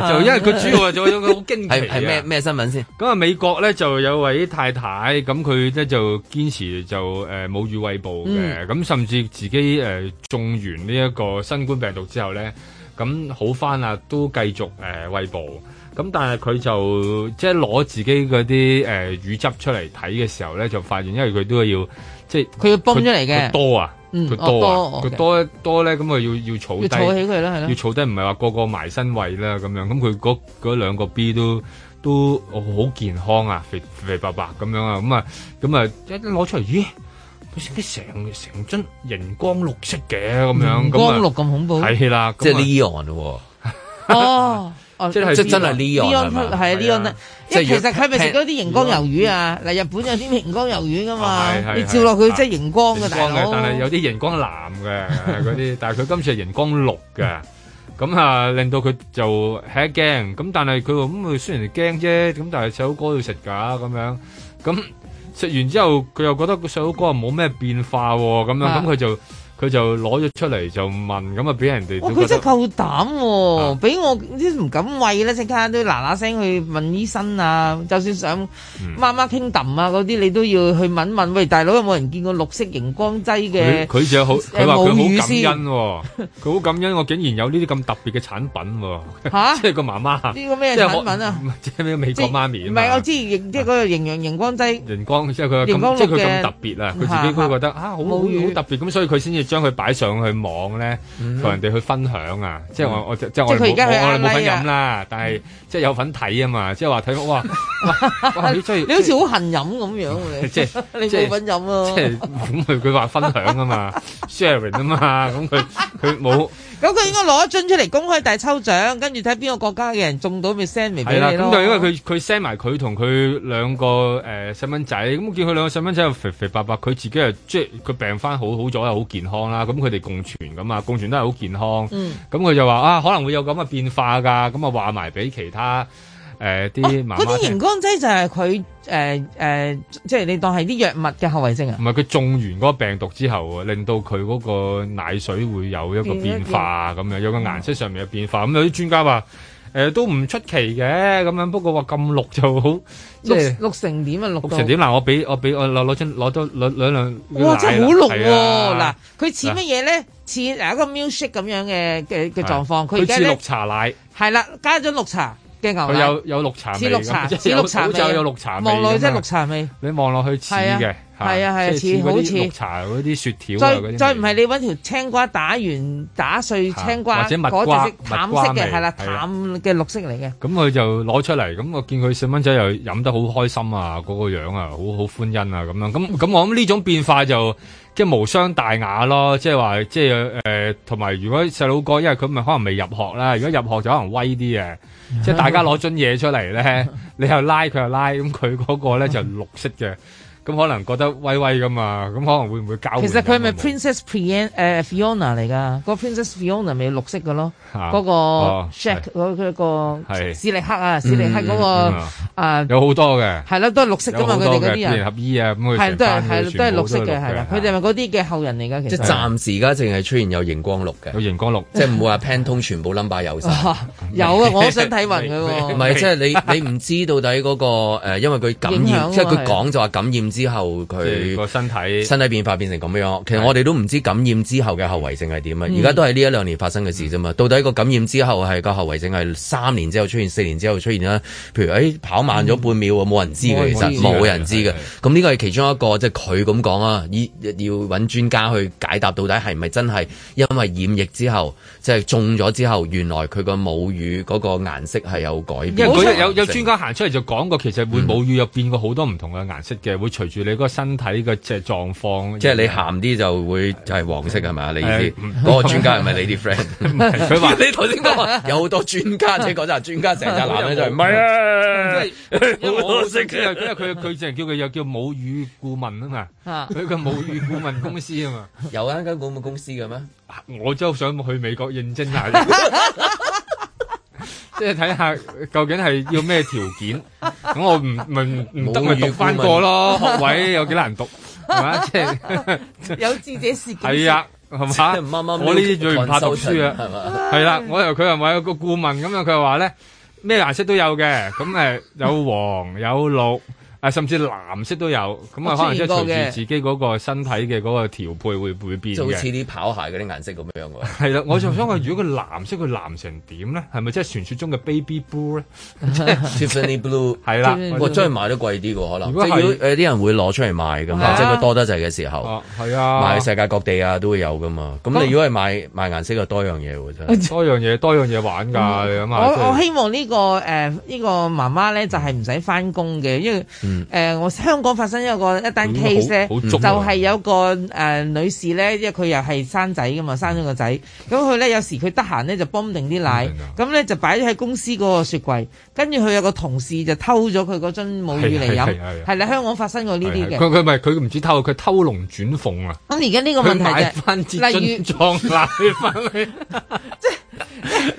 嘛就因為佢主要係做一種好驚奇係係咩咩新聞先？咁啊，美國咧就有位太太，咁佢咧就堅持就誒母乳餵哺嗯嘅，咁、甚至自己誒、呃中完呢一個新冠病毒之後咧，咁好翻啦，都繼續誒、呃、餵哺。咁但係佢就即係攞自己嗰啲誒乳汁出嚟睇嘅時候咧，就發現因為佢都要即係佢要泵出嚟嘅佢多啊，嗯佢多哦啊，多佢多多咧，咁佢要要儲要低，儲起佢啦係啦要儲低唔係話個個埋身位啦咁樣，咁佢嗰嗰兩個 B 都都哦好健康啊，肥肥白白咁樣啊，咁啊咁啊一攞出嚟，咦？佢食啲成成樽熒光綠色嘅咁樣，咁啊熒光綠咁恐怖係啦，啊即係 Leon 喎，哦。哦 即係即係真係 Leon 係嘛係啊係 Leon，啊因為即係其實佢咪食咗啲熒光魷魚啊？嗱，日本有啲熒光魷魚噶嘛係，係你照落佢真係熒光熒嘅大光嘅，但係佬。有啲熒光藍嘅嗰啲，但係佢今次係熒光綠嘅，咁啊令到佢就吃一驚，咁但係佢話咁佢雖然係驚啫，咁但係細佬哥要食㗎咁樣，咁食完之後佢又覺得個細佬哥冇咩變化喎，咁樣啊咁佢就佢就攞咗出嚟就問，咁啊俾人哋哇！都佢覺真得啊係夠膽喎，俾我啲唔敢喂啦，即刻都嗱嗱聲去問醫生啊！就算想嗯媽媽傾揼啊嗰啲，你都要去問問。喂，大佬有冇人見過綠色熒光劑佢嘅？佢就好，誒佢話佢母乳好感先恩喎，佢好感恩我竟然有呢啲咁特別嘅產品喎， 嚇即係個媽媽呢個咩即係我產 品啊？即係咩美國媽咪啊唔嘛啊係我知，即係嗰個營養熒光劑。人光即係佢熒光咁，綠即係佢嘅咁特別啊！佢自己都覺得啊，好好好母乳特別，咁所以佢先至將佢擺上去網咧，同人哋去分享啊！即係我我即係我哋即係佢而冇家去我我哋冇 LA 份啊飲啦，但係即係有份睇啊嘛！即係話睇到 哇，哇你真係你好似啊好恨飲咁樣喎你 即係 你即係冇份飲啊！即係咁佢佢話分享 啊嘛，sharing 啊嘛，咁佢佢冇咁佢應該攞一樽出嚟公開大抽獎，跟住睇邊個國家嘅人中到咪 send 嚟俾係啦。你咁咯。就因為佢佢 send 埋佢同佢兩個誒細蚊仔，咁見佢兩個細蚊仔又肥肥白白，佢自己又即係佢病翻好好咗，又好健康啦。咁佢哋共存噶嘛，共存都係好健康。嗯咁佢就話啊，可能會有咁嘅變化㗎，咁啊話埋俾其他誒啲、媽哦嗰媽啲聽熒。光劑就係佢誒誒，即係你當係啲藥物嘅後遺症啊唔。係佢中完嗰個病毒之後，令到佢嗰個奶水會有一個變化咁樣，有嗯個顏色上面嘅變化。咁有啲專家話誒、呃都唔出奇嘅咁樣，不過話咁綠就好，即六係六成點啊，六綠到成點嗱？我俾我俾我攞攞張攞多攞兩兩哇！真係好綠啊喎，嗱嗱，佢似乜嘢咧？似嗱一個 milkshake 咁樣嘅嘅嘅狀況。佢而佢家似綠咧茶奶。係啦，加咗綠茶嘅牛佢奶，有有綠茶味似綠茶，咁即係似有綠茶好味似啊，有綠茶味望落去咁真係啊綠茶味。你望落去似嘅，係啊係啊係啊即似係嗰好啲似綠茶嗰啲雪條啊再嗰啲再唔係你揾條青瓜打完打碎青瓜，啊或者蜜嗰瓜隻色淡蜜瓜色嘅味係啦，係淡啦嘅綠色嚟嘅。咁佢就攞出嚟，咁我見佢細蚊仔又飲得好開心啊，嗰、個樣啊，好好歡欣啊咁樣。咁咁我諗呢種變化就即係無傷大雅咯，即係話即係誒，呃同、埋如果細佬哥，因為佢咪可能未入學啦，如果入學就可能威啲 嘅，即係大家攞樽嘢出嚟咧， 你又拉佢又拉，咁佢嗰個咧就綠色嘅，咁可能覺得威威噶嘛，咁可能會唔會交換其實佢係咪飲啊 Princess Prien 誒 Fiona 嚟㗎？個 Princess Fiona 咪綠色嘅咯，啊嗰個哦 Jack 嗰嗰個係史力克啊，史力克嗰嗯個嗯啊有好多嘅，係啦，都係綠色有㗎嘛，好佢多哋嗰嘅必啲然人合衣啊，咁佢係成都係班係全都係部綠色嘅係啦，佢啊哋係咪嗰啲嘅後人嚟㗎？即其係實暫時而家淨係出現有熒光綠嘅，有熒光綠，即係唔會話 Pantone 全部 number 有哦晒。啊 有啊，我好想睇暈佢 喎。唔係，即係你你唔知到底嗰個誒，因為佢感影響染，喎即係佢講就話感染之後佢個身體身體變化變成咁樣。其實我哋都唔知感染之後嘅後遺症係點啊！嗯而家都係呢一兩年發生嘅事啫嘛。到底個感染之後係個後遺症係三年之後出現，四年之後出現啦？譬如誒、哎跑慢咗半秒喎，冇人知嘅，其冇人實知冇人知嘅。咁呢個係其中一個，即係佢咁講啊，要要揾專家去解答到底係咪真係因為染疫之後，即係中咗之後，原來佢個母乳嗰個顏色係有改因變。為嗰日有有專家行出嚟就講過，其實會母乳有變過好多唔同嘅顏色嘅，會隨住你嗰個身體嘅即係狀況。即係你鹹啲就會就係黃色係咪啊？你意誒思唔嗰個專家係咪你啲 friend？佢話 你頭先講話有好多專家，即係嗰陣專家成隻男咧就係唔係啊？因為我識嘅，因為佢佢淨係叫佢又叫母乳顧問啊嘛啊，佢個母乳顧問公司啊嘛，有啊間廣告公司嘅咩？我真係想去美國認真下，即係睇下究竟係要咩條件，咁我唔唔唔得咪讀翻個咯，學位有幾難讀係嘛？即係有志者事竟係啊，係嘛？即係媽媽我呢啲最唔怕讀書啊 consultant，係嘛，係啦，我又佢又話有個顧問咁樣，佢又話咧咩顏色都有嘅，咁誒有黃有綠。啊，甚至藍色都有，咁啊，我可能即係試過隨嘅住自己嗰個身體嘅嗰個調配會會變就好似嘅。啲跑鞋嗰啲顏色咁樣 喎。係啦，我就想話，如果佢藍色，佢藍成點咧？係咪即係傳説中嘅 baby blue 咧？即係 Tiffany Blue 係啦，我真係買得貴啲嘅可能，啊如即果係係如果誒啲人會攞出嚟賣㗎係嘛，啊即係佢多得滯嘅時候，係啊，賣世界各地啊都會有㗎嘛。咁你如果係賣賣顏色就多樣嘢喎，真係多樣嘢多樣嘢玩㗎，你諗下。即我係我希望呢、個誒呢、個媽媽咧就係唔使翻工嘅，因為誒、嗯呃我香港發生一個一單嗯 case 咧，好就好足啊係有個誒、呃女士咧，因為佢又係生仔噶嘛，生咗個仔，咁佢咧有時佢得閒咧就泵定啲奶，咁咧就擺咗喺公司嗰個雪櫃，跟住佢有個同事就偷咗佢嗰樽母乳嚟係係飲係係，係啦，香港發生過呢啲嘅。佢佢咪佢唔止偷，佢偷龍轉鳳啊！咁而家呢個問題佢買就翻支係、例如樽。裝奶 翻嚟，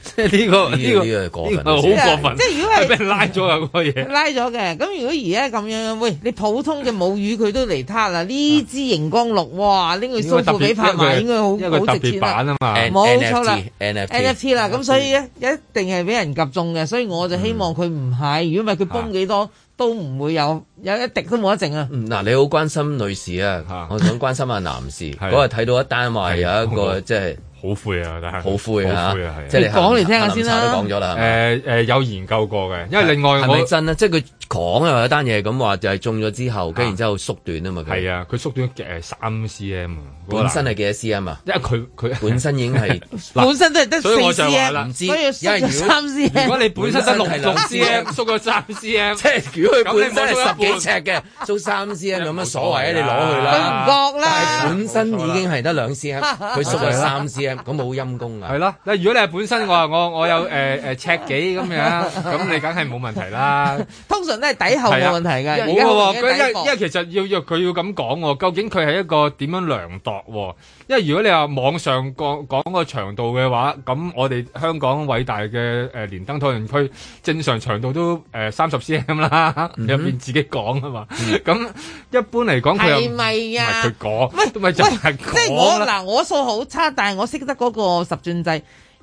即係呢個哦呢個呢個過分啊好過分，即係如果係俾人拉咗啊嗰個嘢。拉咗嘅，咁如果而家咁樣，喂，你普通嘅母乳佢都嚟撻啦，呢支熒光綠，哇，拎去蘇富比拍賣應該因為好佢好特值別錢啦版啊嘛，冇錯啦 NFT ，NFT 啦，咁所以咧一定係俾人及中嘅，所以我就希望佢唔係，如果唔係佢泵幾多都唔會有有一滴都冇得剩啊。嗯嗱，你好關心女士啊，我想關心下男士。嗰日睇到一單話有一個即係啊好灰啊，但係好灰啊好灰啊係啊，即係你講嚟聽下先啦下林茶都講咗啦，誒誒有研究過嘅，因為另外係咪我真咧？即係佢講啊有一單嘢咁話就係中咗之後，跟然之後縮短啊嘛。佢係啊，佢縮短誒三 cm 啊，本身係幾多 cm 啊？因為佢佢本身已經 係本身都係得四所以我就話 cm，啦所以縮咗三 cm。如果你本身得六本身係六兩 cm，縮咗三 cm，即係如果佢本身咁啊係你冇咗一十幾尺嘅，租三 cm 有乜所謂啊？你攞去啦。佢唔覺啦，本身已經係得兩 cm，佢縮咗係啦三 cm，咁好陰功啊！係啦，嗱，如果你係本身我話我我有誒誒尺幾咁樣，咁你梗係冇問題啦。通常都係底後冇問題㗎。冇而家好喎，明佢顯因為底因為部其實要要佢要咁講喎，究竟佢係一個點樣量度喎？因為如果你話網上講講個長度嘅話，咁我哋香港偉大嘅誒、呃、連登討論區正常長度都誒三十 cm 啦，入邊自己講啊嘛。咁、一般嚟講佢係又唔咪呀？係佢 講，咪就係即係我講啦。嗱，我數好差，但係我識得嗰個十進制。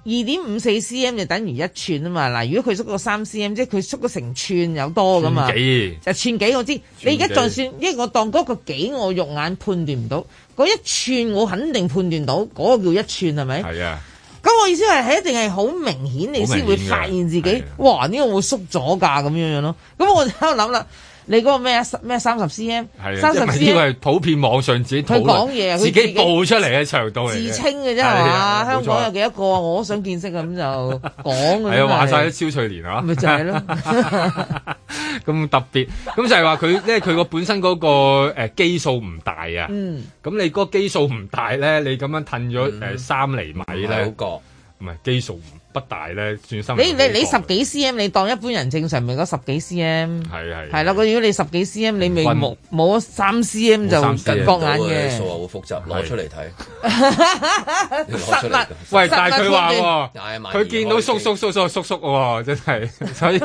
二點五四 cm 就等於一寸啊嘛，嗱，如果佢縮到三 cm，即係佢縮咗成寸有多噶嘛，寸幾就寸幾我知。寸你幾而家就算，因為我當嗰個幾我肉眼判斷唔到，嗰一寸我肯定判斷到，嗰、個叫一寸係咪？係啊。咁我意思係係一定係好明顯，你先會發現自好明顯己，哇！呢、個會縮咗㗎咁樣樣咯。咁我就喺度諗啦，你嗰個咩啊十咩三十 cm，係啊，三即十係呢 cm 個。係普遍網上自己討佢講嘢啊佢論，自自己己報出嚟嘅長度嚟嘅自稱嘅啫係係嘛？啊香冇錯港啊有幾多個啊？我想見識 咁就講嘅。係啊，話真晒係蕭翠蓮啊，咪就係 咯，咁特別，咁就係話佢咧，佢個本身嗰個誒基數唔大啊，嗯，咁你嗰個基數唔大咧，你咁樣褪咗誒三厘米咧，好角，唔係基數不大咧，算三厘你米你你好十角幾 cm，你當一般人正常咪嗰十幾 cm，係係係啦。如果你十幾 cm，你未均冇冇三 cm 就冇3 cm 割眼數嘅。啊好複雜，攞出嚟睇。攞出嚟㗎實物喂，但係佢話但係喎，萬二佢見到叔叔叔叔叔叔喎，真係， 所以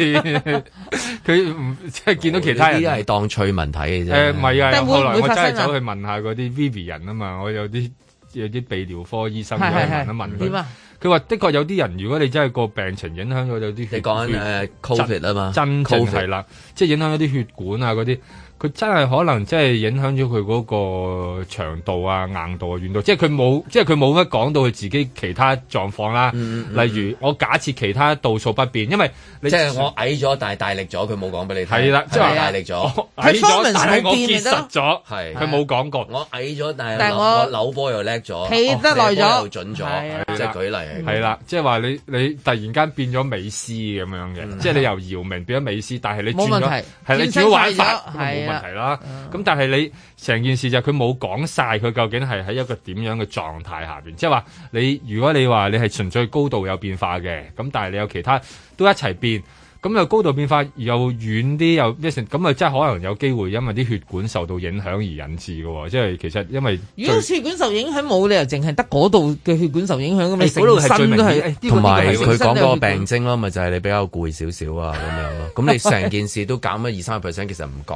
佢唔即係見到其他人呢啲係當趣聞睇嘅啫。誒唔係啊！但會後來唔會我真發係生啊走去問下嗰啲 Vivi 人啊嘛，我有啲有啲泌尿科醫生走去係係係問一問點佢啊。佢話：的確有啲人，如果你真係個病情影響咗有啲血，你講緊血誒 Covid 啊嘛真正 Covid 係啦，即係影響咗啲血管啊嗰啲，佢真係可能即係影響咗佢嗰個長度啊、硬度啊、軟度，即係佢冇，即係佢冇乜講到佢自己其他狀況啦。例如我假設其他度數不變，因為嗯你即係我矮咗，但係大力咗，佢冇講俾你聽。係啦即係話係大力咗， 矮咗，但係我結實咗，係佢冇講過。我矮咗，但但係係我我我扭波又叻咗，企得耐咗我射波又準係啊咗，即係舉例係啦，即係話你你突然間變咗美斯咁樣嘅，即係你由姚明變咗美斯，但係你嗯轉冇問咗題係你轉轉身咗快玩咗法咁冇係問啊題啦。咁但係你成件事就係佢冇講晒佢究竟係喺一個點樣嘅狀態下邊，即係話你如果你話你係純粹高度有變化嘅，咁但係你有其他都一齊變。咁又高度變化又遠啲又咩成咁啊？真係可能有機會因為啲血管受到影響而引致嘅喎，即係其實因為如果血管受影響，冇理由淨係得嗰度嘅血管受影響咁，你誒嗰度係成最身明都顯誒呢係個。同埋佢講嗰個成身都係血病管徵咯， 咪就係你比較攰少少啊咁樣咯。咁你成件事都減咗二三 percent，其實唔覺。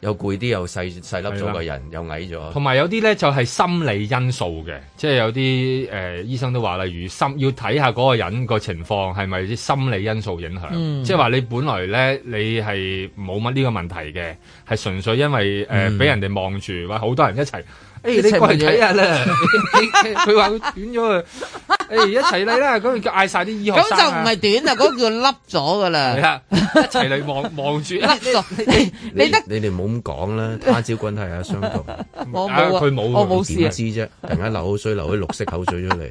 又攰啲，又細細粒咗個係人，又矮咗。同埋有啲咧就係心理因素嘅，即係有啲誒、呃、醫生都話，例如心要睇下嗰個人個情況係咪啲心理因素影響，嗯即係話你本來咧你係冇乜呢個問題嘅，係純粹因為誒呃嗯俾、人哋望住，話好多人一齊。誒、一齊你過嚟望住睇下 啦！ 你你佢話佢短咗啊！誒、一齊嚟啦！咁佢叫嗌晒啲醫學咁生就唔啊係短啦，嗰個叫凹咗 噶係啦，啦，一齊嚟望 望住。凹咗。你你你得你哋唔好咁講啦，他朝君體也相同。 我冇啊啊，我冇事點啊。知啫？突然間流口水，流啲綠色口水出嚟，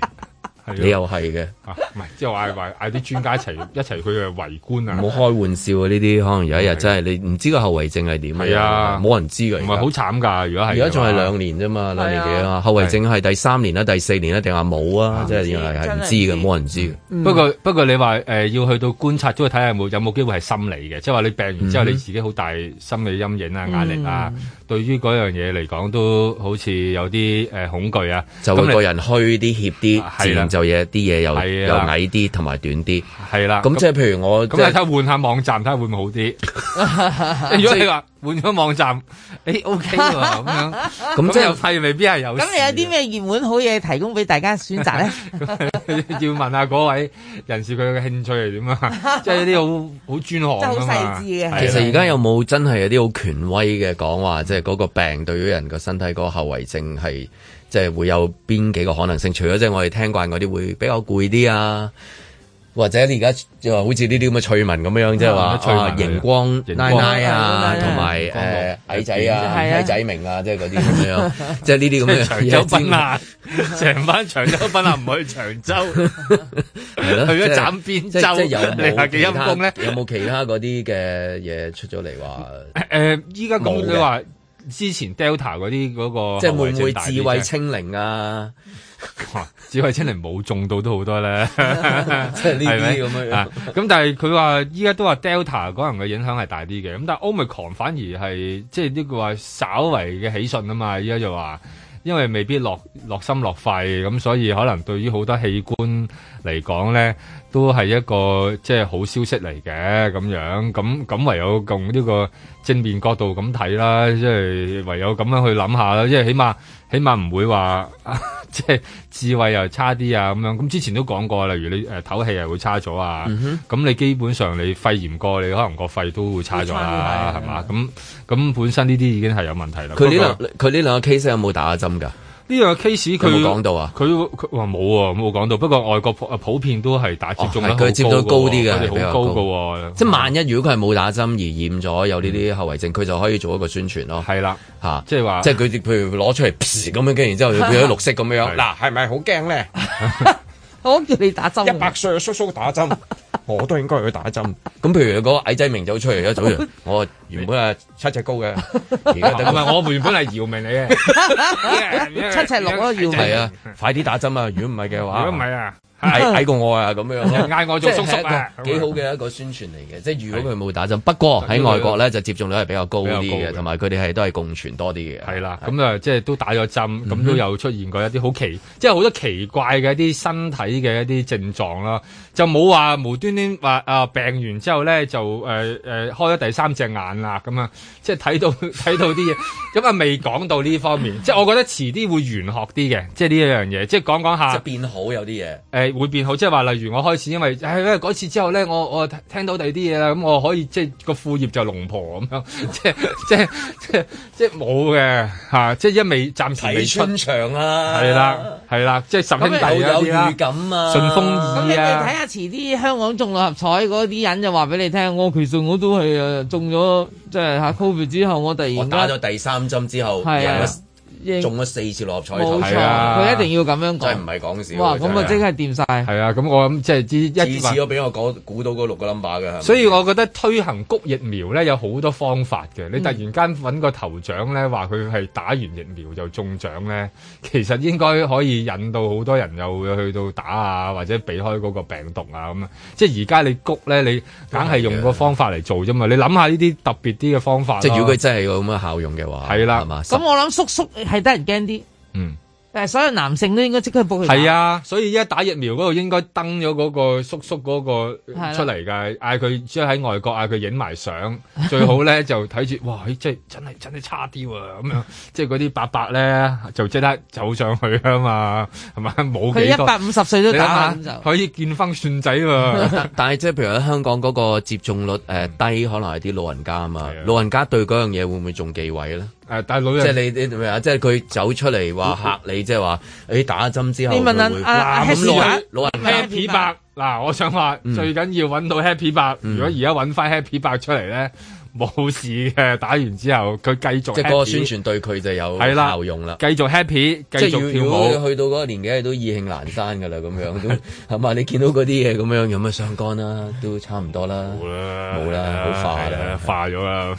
係你又係嘅。啊唔係，即係話話嗌啲專家一齊 一齊去啊圍觀啊！唔好開玩笑啊！呢啲可能有一日真係你唔知個後遺症係點係啊冇人知㗎。唔係好慘㗎，如果係啊而家仲係兩年啫嘛，兩年幾啊？後遺症係第三年啦、第四年啦，定話冇啊？即係原來係唔知嘅，冇人知嘅。嗯不過不過你話誒、呃要去到觀察咗去睇下有冇有冇機會係心理嘅，即係話你病完之嗯後哼你自己好大心理陰影啊、嗯壓力啊，對於嗰樣嘢嚟講都好似有啲誒、呃恐懼啊，就咁會你個人虛啲、怯係啦啲，自然就嘢啲嘢又係又啦矮啲同埋短啲。係啦咁即係譬如我咁即係你睇下換下網站睇下會唔會好啲？ 如果你話換咗網站，誒 OK 喎咁樣，咁咁即即係係肺未必係有事。咁你有啲咩熱門好嘢提供俾大家選擇咧？ 要問下嗰位人士佢嘅興趣係 點啊？即係呢啲好好專項㗎嘛。真係好細緻嘅其實而家有冇真係有啲好權威嘅講話，即係嗰個病對於人個身體嗰個後遺症係即係會有邊幾個可能性？除咗即係我哋聽慣嗰啲會比較攰啲啊，或者你而家就話好似呢啲咁嘅趣聞咁樣，即係話啊趣聞啊熒光熒奶光奶啊，係同埋熒光誒矮仔啊、係啊矮仔明啊，即係嗰啲咁樣，即係呢啲咁長嘅洲賓啊，成班長洲賓啊，唔去長洲，係咯 去咗即係斬邊即係即係有洲，你係冇幾陰公咧？其他有冇其他嗰啲嘅嘢出咗嚟話？誒，依家冇嘅咁你話之前 Delta 嗰啲嗰個即係會唔會後遺症大啲啫智慧清零啊？智慧清零冇中到都好 多咧，即係呢啲咁樣啊咁但係佢話依家都話 Delta 嗰人嘅影響係大啲嘅，咁但係 Omicron 反而係即係呢個話稍為嘅喜訊啊嘛，依家就話。因為未必落落心落肺，咁所以可能對於好多器官嚟講咧，都係一個即係好消息嚟嘅咁樣。咁咁唯有用呢個正面角度咁睇啦，即係唯有咁樣去諗下啦。即係起碼起碼唔會話 即係智慧又差啲啊咁樣。咁之前都講過，例如你誒唞氣又會差咗啊。咁、嗯你基本上你肺炎過，你可能個肺都會差咗啦，係嘛？咁咁本身呢啲已經係有問題啦。佢呢不過兩佢呢兩個 case 有冇打針㗎？呢個 case 佢有冇講到啊？佢佢話冇喎，冇講到。不過外國普普遍都係打接種率哦係佢接到高啲嘅係比佢哋較好高嘅喎。即係萬一如果佢係冇打針而染咗有呢啲後遺症，佢就可以做一個宣傳咯。係啦，嚇，即係話即係佢哋譬如攞出 嚟咁樣，跟住然之後佢變咗綠色咁樣。嗱，係咪好 驚咧？我叫你打針。一啊百歲嘅叔叔 打針，我都應該去打針。咁譬如嗰個矮仔明走出嚟一早 就，我原本係七尺高嘅，而家唔係我原本係姚明嚟嘅。 七尺六咯，要係啊，快啲打針啊！如果唔係嘅話，如果唔係啊 矮矮過我啊，咁樣咯嗌我做叔叔啊即係 一個幾好嘅一個宣傳嚟嘅。即係如果佢冇打針，不過喺外國咧就接種率係比較高啲比較高嘅，嘅同埋佢哋係都係共存多啲嘅。係啦咁啊，即係都打咗針，咁都有出現過一啲好奇，即係好多奇怪嘅一啲身體嘅一啲症狀啦，就冇話無端端話啊病完之後咧就誒誒、呃開咗第三隻眼啦咁啊， 即係睇到睇到啲嘢，咁啊未講到呢方面，即係我覺得遲啲會玄學啲嘅，即係呢一樣嘢，即係講講下即係變好有啲嘢。誒、會呃變好，即係話例如我開始因為誒因為嗰次之後咧，我我聽到第二啲嘢啦，咁我可以即係個副業就龍婆咁樣， 即係即係即係即係冇嘅嚇，即係一未暫時未睇出，穿牆啊，係啦係啦，即係十 兄弟啊咁又嗰有啲啦預，感啊，順風咁耳你哋睇啊，下遲啲香港中六合彩嗰啲人就話俾你聽，我其實我都係誒中咗即係嚇 Covid 之後，我突然我間打咗第三針之後，係啊贏咗中咗四次六合彩頭，冇錯，佢一定要咁樣真講。係唔係講笑。哇！咁啊，即係掂晒。係啊，咁我諗即係知一次次都俾我講估到嗰六個 number 嘅，係咪所以我覺得推行谷疫苗咧有好多方法嘅，你突然間揾個頭獎咧話佢係打完疫苗就中獎咧，其實應該可以引到好多人又會去到打啊，或者避開嗰個病毒啊咁啊。即係而家你谷咧，你梗係用個方法嚟做啫嘛。你諗下呢啲特別啲嘅方法咯，即係如果佢真係有咁嘅效用嘅話，啊係啦，嘛咁我諗叔叔係得人驚啲。嗯。誒、但係所有男性都應該即刻報佢。係，啊，所以依家打疫苗嗰度應該登咗嗰個叔叔嗰個係啦出嚟㗎，嗌佢即係喺外國嗌佢影 埋相，最好咧就睇住，哇！咦即係真係真係差啲喎，咁樣即係嗰啲伯伯咧就即刻走上去啊嘛，係嘛？冇佢幾多一百五十歲都你打諗咁下就。可以見風算仔 喎。但但係即係譬如喺香港嗰個接種率誒、呃低，可能係啲老人家啊嘛，老人家對嗰樣嘢會唔會仲忌諱咧？誒，但係老即人係你你明唔明啊？即係佢走出嚟話嚇你，即係話誒打針之後你佢會，問下阿阿哇咁 Happy 老伯人老人家 Happy 伯嗱，我想話嗯最緊要揾到 Happy 伯。嗯如果而家揾翻 Happy 伯出嚟咧，冇事嘅。打完之後佢繼續即係嗰個 happy，宣傳對佢就有係啦效用啦。繼續 happy，繼即係續如跳如果舞。去到嗰個年紀，都意興闌珊㗎啦，咁樣 咁係嘛？你見到嗰啲嘢咁啊樣，有咩相干啦？都差唔多啦，冇啦，好化啦，化咗啦。